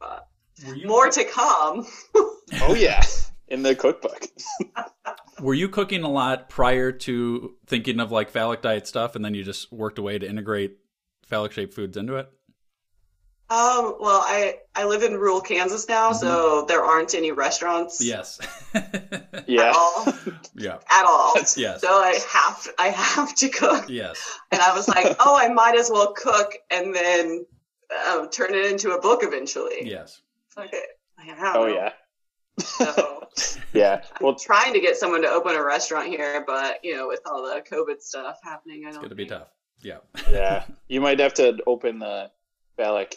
Speaker 8: Were you,
Speaker 11: More to come.
Speaker 9: Oh yeah, in
Speaker 11: [laughs]
Speaker 9: the cookbook.
Speaker 8: were you cooking a lot prior to thinking of like phallic diet stuff, and then you just worked a way to integrate phallic shaped foods into it?
Speaker 11: Um, well, I, I live in rural Kansas now,
Speaker 9: Mm-hmm.
Speaker 11: so there aren't any restaurants
Speaker 8: Yes. [laughs]
Speaker 11: at
Speaker 9: Yeah,
Speaker 11: all.
Speaker 8: yeah.
Speaker 11: At all.
Speaker 9: That's-
Speaker 8: yes.
Speaker 11: So I have I have to cook.
Speaker 8: Yes.
Speaker 11: And I was like, oh, I might as well cook and then uh, turn it into a book eventually.
Speaker 8: Yes.
Speaker 11: Fuck it. I don't
Speaker 9: [laughs] Oh
Speaker 11: know.
Speaker 9: yeah,
Speaker 11: So
Speaker 9: yeah.
Speaker 11: I'm
Speaker 9: [laughs] Well,
Speaker 11: trying to get someone to open a restaurant here, but you know, with all the COVID stuff happening, I
Speaker 8: It's
Speaker 11: don't
Speaker 8: going to be
Speaker 11: think-
Speaker 8: tough. Yeah.
Speaker 9: Yeah, you might have to open the phallic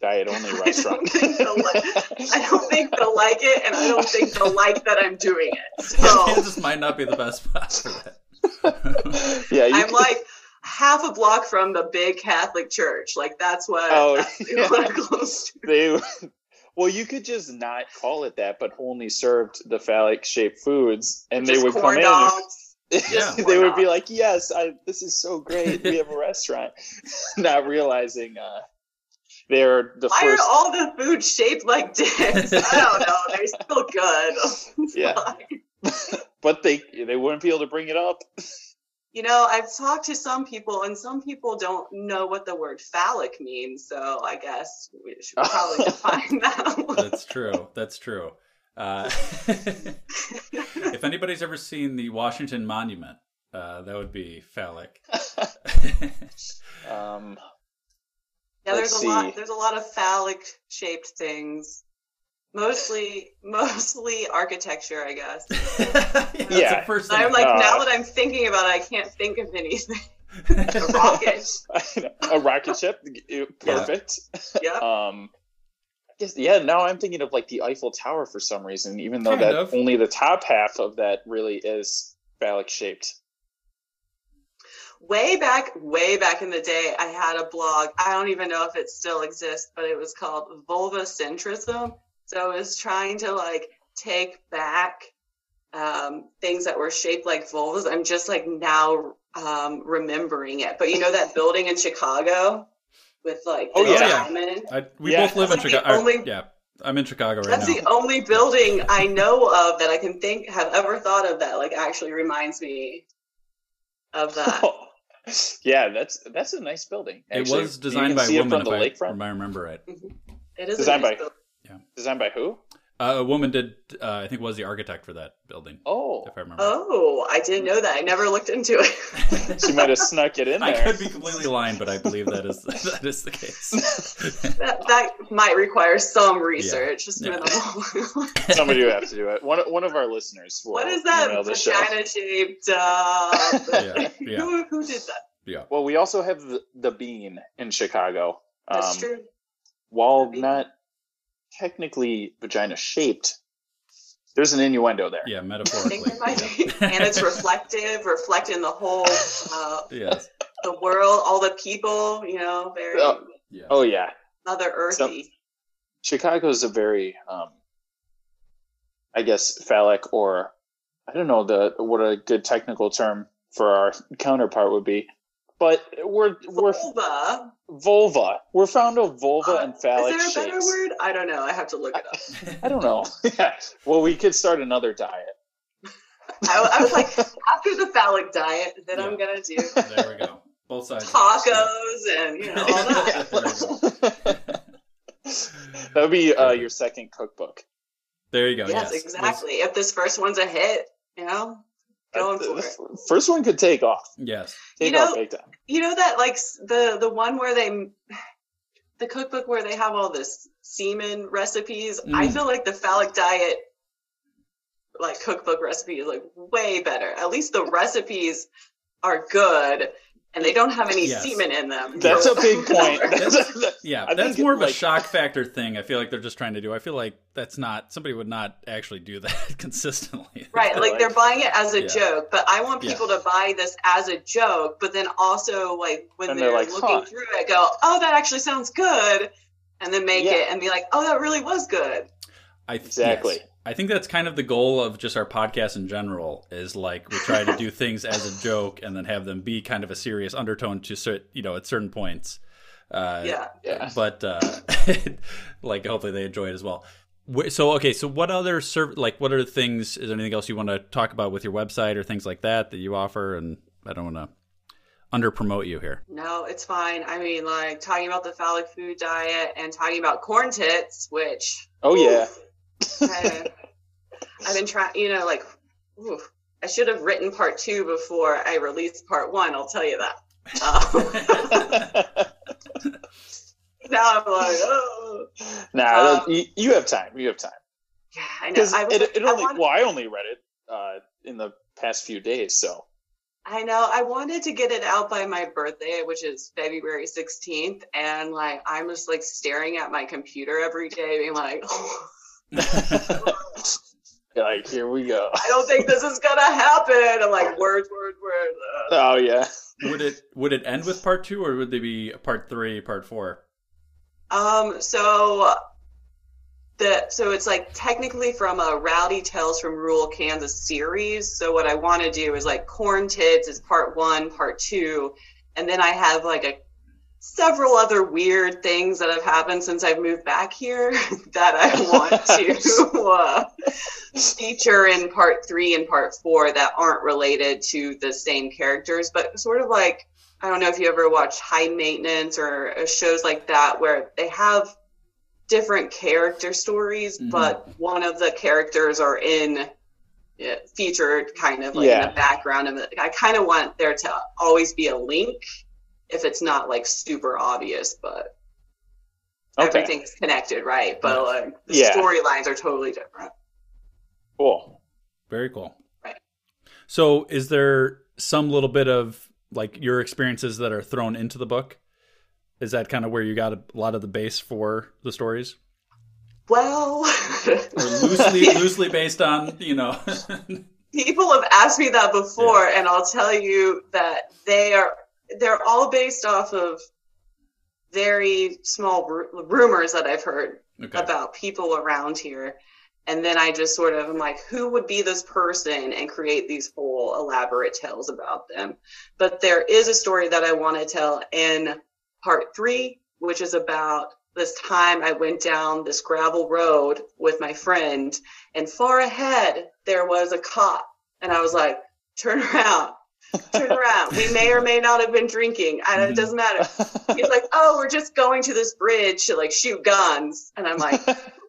Speaker 9: diet
Speaker 11: [laughs]
Speaker 9: only
Speaker 11: I don't,
Speaker 9: restaurant.
Speaker 11: think they'll like, I don't think they'll like it, and I don't think they'll like that I'm doing it.
Speaker 9: [laughs]
Speaker 11: So
Speaker 8: [laughs] Kansas might not be the best spot for that.
Speaker 9: [laughs]
Speaker 8: [laughs]
Speaker 9: yeah, you
Speaker 11: I'm
Speaker 9: can-
Speaker 11: like half a block from the big Catholic church. Like that's what, [laughs]
Speaker 9: Oh,
Speaker 11: that's
Speaker 9: yeah.
Speaker 11: what I'm
Speaker 9: [laughs]
Speaker 11: close to.
Speaker 9: they [laughs] well you could just not call it that but only served the phallic shaped foods and they
Speaker 11: Just
Speaker 9: would come
Speaker 11: corn
Speaker 9: in
Speaker 11: dogs.
Speaker 9: [laughs]
Speaker 8: Yeah.
Speaker 9: they would be
Speaker 11: Corn
Speaker 9: like yes I, this is so great we have a restaurant [laughs] not realizing uh, they're the
Speaker 11: Why
Speaker 9: first
Speaker 11: are all the food shaped like dicks? I don't know. They're still good. [laughs] It's
Speaker 9: Yeah.
Speaker 11: fine.
Speaker 9: [laughs] but they they wouldn't be able to bring it up
Speaker 11: You know, I've talked to some people, and some people don't know what the word phallic means. So I guess we should
Speaker 9: [laughs]
Speaker 11: probably define that. One. [laughs]
Speaker 8: That's true. That's true. Uh, [laughs] if anybody's ever seen the Washington Monument, uh, that would be phallic. [laughs]
Speaker 9: um,
Speaker 11: Yeah, there's
Speaker 9: Let's
Speaker 11: a
Speaker 9: see.
Speaker 11: lot. There's a lot of phallic shaped things. Mostly, [laughs] mostly architecture, I guess.
Speaker 8: That's
Speaker 9: Yeah.
Speaker 8: the first thing.
Speaker 11: I'm
Speaker 9: [laughs]
Speaker 11: like,
Speaker 9: Uh,
Speaker 11: now that I'm thinking about it, I can't think of
Speaker 9: [laughs]
Speaker 11: anything. [laughs] A rocket.
Speaker 9: a rocket ship perfect
Speaker 8: [laughs]
Speaker 11: Yeah.
Speaker 9: um I guess, yeah now i'm thinking of like the eiffel tower for some reason even though
Speaker 8: Kind
Speaker 9: that
Speaker 8: of.
Speaker 9: only the top half of that really is phallic shaped
Speaker 11: Way back, way back in the day, I had a blog. I don't even know if it still exists, but it was called Vulvacentrism. So it was trying to like take back um, things that were shaped like vulvas. I'm just like now um, remembering it. But you know that building in Chicago with like the
Speaker 9: Oh, yeah.
Speaker 11: diamond?
Speaker 8: I, we
Speaker 9: Yeah.
Speaker 8: both live in
Speaker 11: That's the
Speaker 8: Chicago. or-
Speaker 11: only-
Speaker 8: Yeah, I'm in Chicago right
Speaker 11: That's
Speaker 8: now.
Speaker 11: the only building I know of that I can think have ever thought of that like actually reminds me of
Speaker 9: [laughs]
Speaker 11: that.
Speaker 9: [laughs] yeah, that's that's a nice building.
Speaker 8: it
Speaker 9: actually.
Speaker 8: was
Speaker 9: You
Speaker 8: designed
Speaker 9: can
Speaker 8: by
Speaker 9: see
Speaker 8: a
Speaker 9: it
Speaker 8: woman,
Speaker 9: from the
Speaker 8: if I,
Speaker 9: lakefront.
Speaker 8: if I remember right.
Speaker 11: It is a
Speaker 9: Designed
Speaker 11: nice
Speaker 9: by-
Speaker 11: building.
Speaker 9: Designed by who?
Speaker 8: Uh, a woman did, uh, I think, was the architect for that building,
Speaker 9: Oh,
Speaker 8: if I remember.
Speaker 11: Oh, I didn't know that. I never looked into it. [laughs]
Speaker 9: she might have snuck it
Speaker 8: [laughs]
Speaker 9: in
Speaker 8: I
Speaker 9: there.
Speaker 8: could be completely lying, but I believe that is [laughs] that is the
Speaker 9: [laughs]
Speaker 8: case.
Speaker 11: that, that might require some research. Just
Speaker 8: Yeah.
Speaker 11: minimal. [laughs]
Speaker 9: Somebody would have to do it. One one of our listeners. Will
Speaker 11: what is that
Speaker 9: email the show.
Speaker 11: vagina shaped? Uh,
Speaker 8: [laughs] yeah, yeah,
Speaker 11: who, who did that?
Speaker 8: yeah.
Speaker 9: Well, we also have the, the bean in Chicago.
Speaker 11: That's
Speaker 9: Um,
Speaker 11: true.
Speaker 9: While
Speaker 11: The Bean.
Speaker 9: not technically vagina shaped, there's an innuendo there.
Speaker 8: Yeah,
Speaker 11: I think
Speaker 8: metaphorically.
Speaker 11: there might be. and it's reflective, reflecting the whole uh,
Speaker 8: yes.
Speaker 11: the world, all the people. You know, very
Speaker 9: Oh.
Speaker 8: Yeah.
Speaker 9: Oh yeah,
Speaker 11: Mother Earthy.
Speaker 9: Chicago is a very, um, I guess, phallic or I don't know the what a good technical term for our counterpart would be, but we're we're
Speaker 11: Vulva.
Speaker 9: vulva. We're found of vulva
Speaker 11: Uh,
Speaker 9: and phallic
Speaker 11: is there a better
Speaker 9: shapes.
Speaker 11: word? I don't know. I have to look
Speaker 9: [laughs]
Speaker 11: it up.
Speaker 9: I don't know. yeah. Well, we could start another diet.
Speaker 11: I, I was
Speaker 9: [laughs]
Speaker 11: like, after the phallic diet that I'm
Speaker 8: Yeah. [laughs]
Speaker 11: gonna do
Speaker 8: There we go. Both sides. of it.
Speaker 11: tacos and you know all that.
Speaker 8: Yeah, there we go.
Speaker 9: [laughs] that would be uh, your second cookbook.
Speaker 8: There you go.
Speaker 11: yes,
Speaker 8: Oh, yes.
Speaker 11: exactly. If this first one's a hit, you know, going for it.
Speaker 9: First one could take off.
Speaker 8: Yes.
Speaker 9: Take
Speaker 11: You
Speaker 9: off
Speaker 11: know- [laughs]
Speaker 9: big time.
Speaker 11: You know that like s- the the one where they, the cookbook where they have all this semen recipes. I
Speaker 8: Mm.
Speaker 11: feel like the phallic diet, like cookbook recipe is like way better. At least the recipes are good, and they don't have any
Speaker 8: Yes.
Speaker 11: semen in them.
Speaker 9: That's
Speaker 11: [laughs]
Speaker 9: a big point. That's
Speaker 8: [laughs]
Speaker 9: a-
Speaker 8: Yeah,
Speaker 9: I
Speaker 8: that's
Speaker 9: think,
Speaker 8: more of a
Speaker 9: like-
Speaker 8: shock factor thing. I feel like they're just trying to do. I feel like that's not somebody would not actually do that [laughs] consistently.
Speaker 11: Right, like they're buying it as a
Speaker 8: Yeah.
Speaker 11: joke, but I want
Speaker 8: Yeah.
Speaker 11: people to buy this as a joke, but then also like when
Speaker 9: And
Speaker 11: they're,
Speaker 9: they're like,
Speaker 11: looking
Speaker 9: huh.
Speaker 11: through it, go, oh, that actually sounds good, and then make
Speaker 9: Yeah.
Speaker 11: it and be like, oh, that really was good.
Speaker 8: I th-
Speaker 9: Exactly.
Speaker 8: yes. I think that's kind of the goal of just our podcast in general is like we try to
Speaker 9: [laughs]
Speaker 8: do things as a joke and then have them be kind of a serious undertone to cer- you know at certain points. Uh,
Speaker 11: yeah,
Speaker 9: yeah.
Speaker 8: but uh, [laughs] like hopefully they enjoy it as well. Wh- So okay, so what other serv- like what are the things? Is there anything else you want to talk about with your website or things like that that you offer? And I don't want to under promote you here.
Speaker 11: no, it's fine. I mean, like talking about the phallic food diet and talking about corn tits, which
Speaker 9: Oh
Speaker 11: [laughs]
Speaker 8: [laughs]
Speaker 9: yeah.
Speaker 11: I, I've been trying, you know, like oof, I should have written part two before I released part one. I'll tell you that. [laughs] Um, [laughs] now I'm like, oh.
Speaker 9: nah,
Speaker 11: Um,
Speaker 9: you, you have time. You have time.
Speaker 11: Yeah,
Speaker 9: [laughs]
Speaker 11: I know.
Speaker 9: Because
Speaker 11: I was
Speaker 9: it,
Speaker 11: like,
Speaker 9: it
Speaker 11: I
Speaker 9: only.
Speaker 8: [laughs]
Speaker 11: wanna-
Speaker 9: Well, I only read it uh, in the past few days, so [laughs]
Speaker 11: I know. I wanted to get it out by my birthday, which is February 16th. And like, I'm just like staring at my computer every day, being like, [laughs] "Oh,
Speaker 9: like here we go. [laughs]
Speaker 11: I don't think this is going to happen. I'm like, word, word, word. Ugh.
Speaker 9: Oh yeah.
Speaker 8: Would it would it end with part two, or would there be a part three, part four?
Speaker 11: Um, so the so it's like technically from a Rowdy Tales from Rural Kansas series. So what I want to do is like Corn Tids is part one, part two, and then I have like a several other weird things that have happened since I've moved back here [laughs] that I want to uh, feature in part three and part four that aren't related to the same characters, but sort of like I don't know if you ever watched High Maintenance or uh, shows like that where they have different character stories,
Speaker 9: Mm-hmm.
Speaker 11: but one of the characters are in yeah, featured kind of like in
Speaker 9: Yeah.
Speaker 11: the background of it. I kind of want there to always be a link if it's not like super obvious, but
Speaker 9: Okay.
Speaker 11: everything's connected, right? But like the
Speaker 9: Yeah.
Speaker 11: storylines are totally different.
Speaker 9: Cool.
Speaker 8: Very cool.
Speaker 11: Right.
Speaker 8: So, is there some little bit of like your experiences that are thrown into the book? Is that kind of where you got a lot of the base for the stories,
Speaker 11: Well, [laughs]
Speaker 8: or loosely loosely based on you know? [laughs]
Speaker 11: people have asked me that before and i'll tell you that they are they're all based off of very small ru- rumors that i've heard
Speaker 8: okay.
Speaker 11: about people around here and then i just sort of am like who would be this person and create these whole elaborate tales about them but there is a story that i want to tell in part three which is about this time i went down this gravel road with my friend and far ahead there was a cop and i was like turn around turn around we may or may not have been drinking I, it doesn't matter
Speaker 9: [laughs]
Speaker 11: he's like oh we're just going to this bridge to like shoot guns and i'm like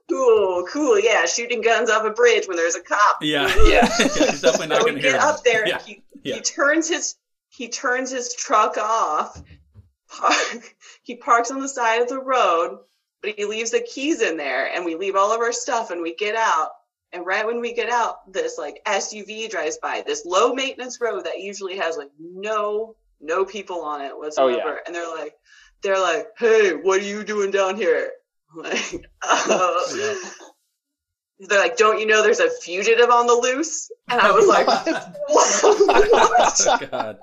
Speaker 11: cool cool yeah shooting guns off a bridge when there's a cop
Speaker 8: Yeah, [laughs]
Speaker 11: [laughs]
Speaker 9: Yeah.
Speaker 8: He's definitely not
Speaker 11: so
Speaker 8: going
Speaker 11: we
Speaker 8: to hear
Speaker 11: get
Speaker 8: that.
Speaker 11: up there
Speaker 8: Yeah.
Speaker 11: [laughs] and he,
Speaker 8: yeah.
Speaker 11: he turns his he turns his truck off park, [laughs] he parks on the side of the road but he leaves the keys in there and we leave all of our stuff and we get out and right when we get out this like suv drives by this low maintenance road that usually has like no no people on
Speaker 8: Oh,
Speaker 11: it whatsoever and they're like they're like hey what are you doing down here [laughs]
Speaker 8: [laughs]
Speaker 11: I'm like oh. they're like don't you know there's a fugitive on the loose and i was
Speaker 9: [laughs]
Speaker 11: like [laughs] what
Speaker 8: Oh,
Speaker 11: [laughs]
Speaker 8: God.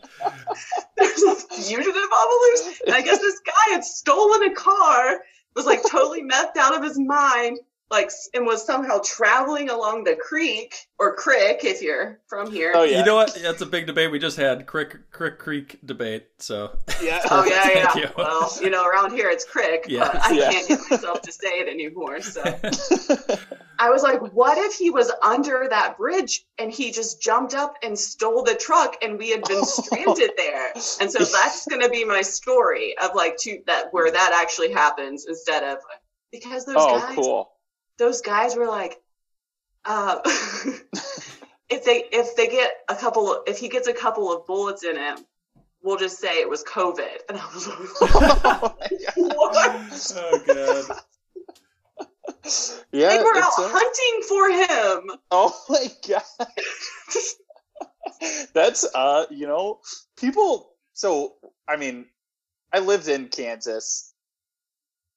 Speaker 11: there's a fugitive on the loose. And I guess this guy had stolen a car, was like totally messed out of his mind, like, s- and was somehow traveling along the creek or crick if you're from here.
Speaker 9: Oh yeah.
Speaker 8: You know what? That's a big debate we just had. Crick, Crick Creek debate.
Speaker 11: [laughs]
Speaker 8: So [laughs]
Speaker 9: yeah.
Speaker 11: Oh, yeah,
Speaker 8: Thank
Speaker 11: yeah.
Speaker 8: you.
Speaker 11: Well, you know, around here it's crick,
Speaker 8: Yeah.
Speaker 11: but I
Speaker 9: Yeah.
Speaker 11: can't get myself to say it anymore. So I was like, what if he was under that bridge and he just jumped up and stole the truck and we had
Speaker 9: [laughs]
Speaker 11: been stranded there? And so that's going to be my story of like two that where that actually happens instead of because those
Speaker 9: [laughs] oh,
Speaker 11: guys [laughs]
Speaker 9: cool. [laughs]
Speaker 11: those guys were like, uh, [laughs] if they if they get a couple of, if he gets a couple of bullets in him, we'll just say it was COVID. And I was like, [laughs] what?
Speaker 8: oh god.
Speaker 9: [laughs] Yeah.
Speaker 11: They were out [laughs]
Speaker 9: it's, uh,
Speaker 11: hunting for him.
Speaker 9: Oh my god. That's uh, you know, people so I mean, I lived in Kansas,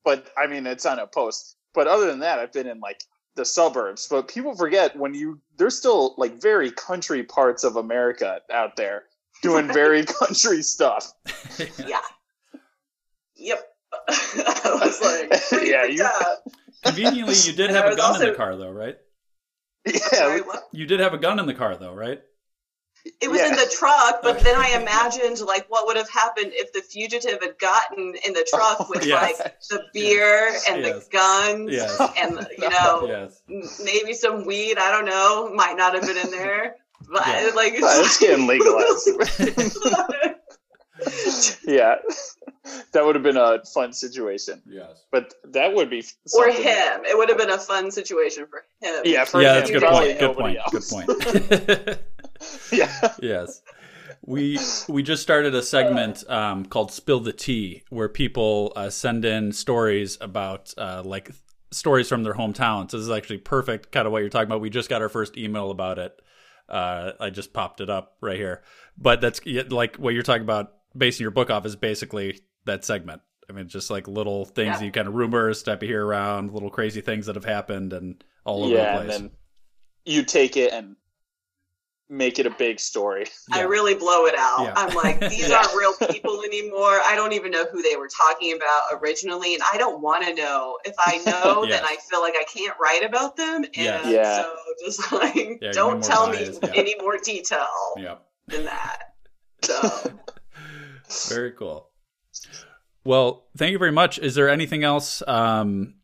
Speaker 9: but I mean it's on a post. But other than that, I've been in like the suburbs. But people forget when you there's still like very country parts of America out there doing very country stuff.
Speaker 11: Yep. [laughs] I was like, pretty
Speaker 9: [laughs] Yeah,
Speaker 11: freaked
Speaker 9: you-
Speaker 11: out.
Speaker 8: Conveniently, you did have
Speaker 11: I
Speaker 8: a
Speaker 11: was
Speaker 8: gun in
Speaker 11: also-
Speaker 8: the car, though, right?
Speaker 9: Yeah.
Speaker 11: Sorry, what?
Speaker 8: You did have a gun in the car, though, right?
Speaker 11: It was in
Speaker 9: Yeah.
Speaker 11: the truck, but then I imagined like what would have happened if the fugitive had gotten in the truck
Speaker 9: [laughs]
Speaker 11: with
Speaker 8: yes.
Speaker 11: like the beer and
Speaker 8: Yes.
Speaker 11: the guns
Speaker 8: Yes.
Speaker 9: [laughs]
Speaker 11: and you know
Speaker 8: Yes.
Speaker 11: m- maybe some weed. I don't know. Might not have been in there, but
Speaker 8: Yeah.
Speaker 11: [laughs] like [laughs]
Speaker 9: Oh, [laughs] it's getting legalized. [laughs]
Speaker 11: [laughs]
Speaker 9: yeah. That would have been a fun situation.
Speaker 8: Yes.
Speaker 9: But that would be
Speaker 11: or
Speaker 9: something-
Speaker 11: him. It would have been a fun situation for him.
Speaker 9: Yeah, for
Speaker 8: yeah,
Speaker 9: him,
Speaker 8: that's a good
Speaker 9: probably
Speaker 8: point. Good
Speaker 9: nobody
Speaker 8: point. Good point. [laughs]
Speaker 9: else. [laughs] yeah.
Speaker 8: yes. We we just started a segment
Speaker 9: Uh.
Speaker 8: um, called "Spill the Tea," where people uh, send in stories about uh, like stories from their hometowns. This is actually perfect, kind of what you're talking about. We just got our first email about it Uh, I just popped it up right here, but that's yeah, like what you're talking about. Basing your book off is basically that segment. I mean, just like little things
Speaker 9: Yeah.
Speaker 8: you kind of rumors type of hear around, little crazy things that have happened, and all over
Speaker 9: yeah,
Speaker 8: the
Speaker 9: and
Speaker 8: place.
Speaker 9: then you take it and make it a big story. [laughs]
Speaker 11: I really blow it out.
Speaker 8: Yeah. [laughs]
Speaker 11: I'm like, these aren't real people anymore. I don't even know who they were talking about originally, and I don't want to know. If
Speaker 8: [laughs]
Speaker 11: I know,
Speaker 8: Yeah.
Speaker 11: then I feel like I can't write about them, and
Speaker 8: Yeah.
Speaker 9: Yeah.
Speaker 11: so just like,
Speaker 8: Yeah, no
Speaker 11: don't
Speaker 8: more
Speaker 11: tell
Speaker 8: bias,
Speaker 11: me
Speaker 8: yeah.
Speaker 11: any more detail
Speaker 8: yeah.
Speaker 11: than that. So
Speaker 8: Very cool. Well, thank you very much. Is there anything else? Um,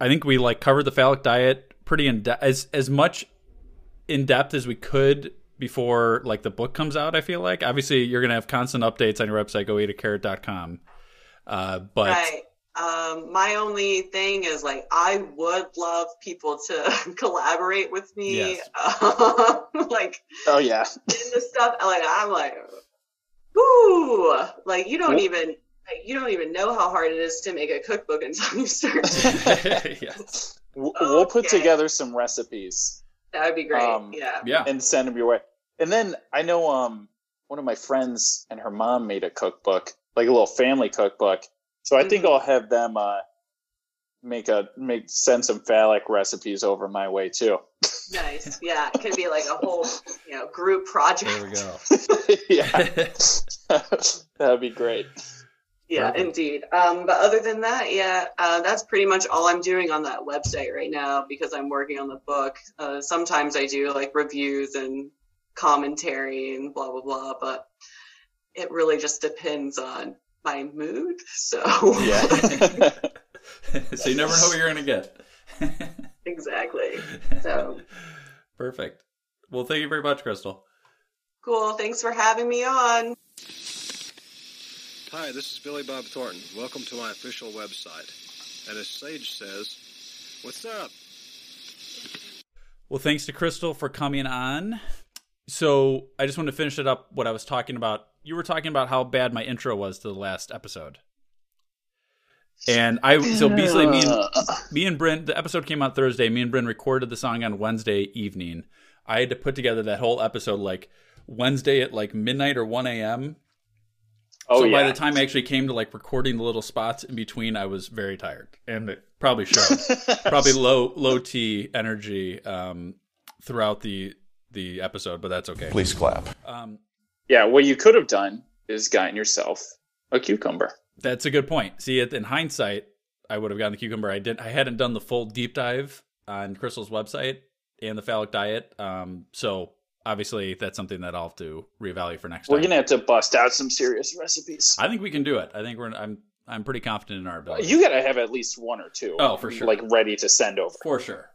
Speaker 8: I think we like covered the phallic diet pretty in de- as as much in depth as we could before like the book comes out. I feel like obviously you're gonna have constant updates on your website, goeatacarrot.com. Uh, [laughs] but
Speaker 11: right. Um, my only thing is like I would love people to [laughs] collaborate with me.
Speaker 8: Yes.
Speaker 11: [laughs] Um, like
Speaker 9: Oh
Speaker 8: [laughs]
Speaker 9: yeah,
Speaker 11: in the stuff like I'm like whoo like you don't even like, you don't even know how hard it is to make a cookbook until
Speaker 8: [laughs]
Speaker 11: you start
Speaker 8: yes.
Speaker 9: W- we'll put
Speaker 11: Okay.
Speaker 9: together some recipes
Speaker 11: that would be great
Speaker 9: Um,
Speaker 11: yeah
Speaker 8: yeah,
Speaker 9: and send them your way. And then I know um one of my friends and her mom made a cookbook, like a little family cookbook. So I think
Speaker 8: Mm-hmm.
Speaker 11: Mhm.
Speaker 9: I'll have them uh, make a make send some phallic recipes over my way too. [laughs]
Speaker 11: nice yeah it could be like a whole you know group project
Speaker 8: there we go.
Speaker 9: yeah, [laughs] that'd be great.
Speaker 11: [laughs] yeah
Speaker 8: Perfect.
Speaker 11: indeed um, but other than that yeah uh, that's pretty much all i'm doing on that website right now because i'm working on the book uh, sometimes i do like reviews and commentary and blah blah blah but it really just depends on my mood [laughs] so
Speaker 9: Yeah.
Speaker 8: [laughs] so you never know what you're gonna get.
Speaker 11: exactly so
Speaker 8: Perfect. Well, thank you very much, Crystal.
Speaker 11: cool thanks for having me on
Speaker 12: Hi, this is Billy Bob Thornton. Welcome to my official website. And as Sage says, what's up?
Speaker 8: Well, thanks to Crystal for coming on. So I just want to finish it up what I was talking about. You were talking about how bad my intro was to the last episode. And I so basically me and me and Bryn the episode came out Thursday. Me and Bryn recorded the song on Wednesday evening. I had to put together that whole episode like Wednesday at like midnight or one AM.
Speaker 9: oh
Speaker 8: so
Speaker 9: yeah.
Speaker 8: by the time I actually came to like recording the little spots in between, I was very tired and it probably showed.
Speaker 9: [laughs]
Speaker 8: probably low low T energy um, throughout the the episode, but that's okay.
Speaker 7: Please clap.
Speaker 8: Um,
Speaker 9: yeah, what you could have done is gotten yourself a cucumber.
Speaker 8: that's a good point. See, it- in hindsight, I would have gotten the cucumber. I didn't. I hadn't done the full deep dive on Crystal's website and the phallic diet. Um, so obviously, that's something that I'll have to reevaluate for next
Speaker 9: We're
Speaker 8: time.
Speaker 9: gonna have to bust out some serious recipes.
Speaker 8: I think we can do it. I think we're. I'm. I'm pretty confident in our ability.
Speaker 9: You gotta have at least one or two.
Speaker 8: Oh, for sure.
Speaker 9: Like ready to send over. [laughs]
Speaker 8: For sure.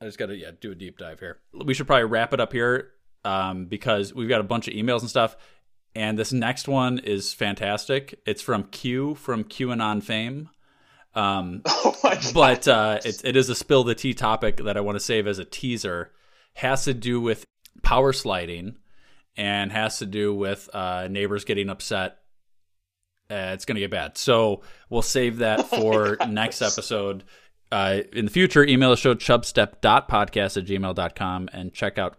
Speaker 8: I just got to yeah do a deep dive here. We should probably wrap it up here um, because we've got a bunch of emails and stuff. And this next one is fantastic. It's from Q from QAnon fame. Um,
Speaker 9: Oh my God.
Speaker 8: [laughs] but uh, it, it is a spill the tea topic that I want to save as a teaser. Has to do with power sliding and has to do with uh, neighbors getting upset. Uh, it's going to get bad. So we'll save that for next episode. Uh, in the future, email the show chubstep.podcast at gmail.com and check out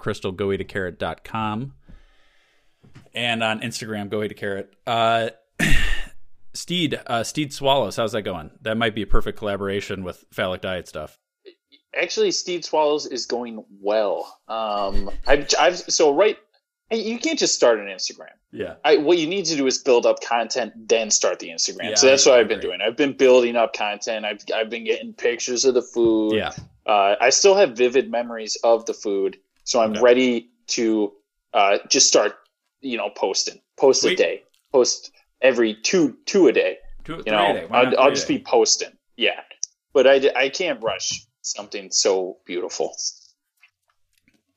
Speaker 8: crystalgoeatacarrot.com and on Instagram, go eat a carrot. Uh, Steed, uh, Steed Swallows, how's that going? That might be a perfect collaboration with phallic diet stuff.
Speaker 9: Actually, Steve Swallows is going well. Um, I've, I've so right. hey, You can't just start an Instagram.
Speaker 8: Yeah.
Speaker 9: I, what you need to do is build up content, then start the Instagram.
Speaker 8: Yeah,
Speaker 9: so that's
Speaker 8: I
Speaker 9: what I've been
Speaker 8: agree.
Speaker 9: doing. I've been building up content. I've I've been getting pictures of the food.
Speaker 8: Yeah.
Speaker 9: Uh, I still have vivid memories of the food, so I'm
Speaker 8: Okay.
Speaker 9: ready to uh, just start, you know, posting, post
Speaker 8: Sweet.
Speaker 9: a day, post every two two a day.
Speaker 8: Two,
Speaker 9: You
Speaker 8: three a day.
Speaker 9: know,
Speaker 8: Why not
Speaker 9: I'll,
Speaker 8: three
Speaker 9: I'll
Speaker 8: a
Speaker 9: just
Speaker 8: day?
Speaker 9: be posting. Yeah, but I I can't rush something so beautiful.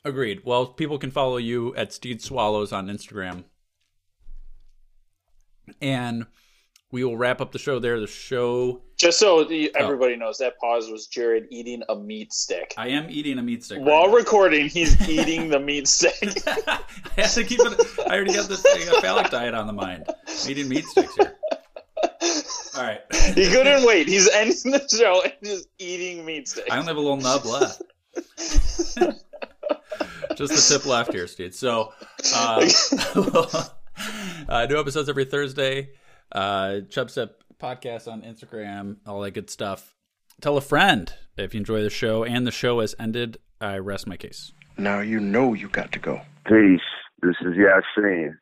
Speaker 8: Agreed. Well, people can follow you at Steed Swallows on Instagram. And we will wrap up the show there. The show,
Speaker 9: Just so the, everybody knows, that pause was Jared eating a meat stick.
Speaker 8: Oh. I am eating a meat stick. right
Speaker 9: While
Speaker 8: now.
Speaker 9: recording, he's
Speaker 8: [laughs]
Speaker 9: eating the meat stick.
Speaker 8: I have to keep it. I already have this thing, a phallic diet on the mind. I'm eating meat sticks
Speaker 9: [laughs]
Speaker 8: here. All right.
Speaker 9: he couldn't wait. He's ending the show and just eating meat stick.
Speaker 8: I only have a little nub left. [laughs] Just the tip left here, Steve. So, uh, [laughs] uh, new episodes every Thursday. Uh, Chubstep podcast on Instagram, all that good stuff. Tell a friend if you enjoy the show and the show has ended. I rest my case.
Speaker 13: Now you know you got to go.
Speaker 14: Peace. This is Yasin.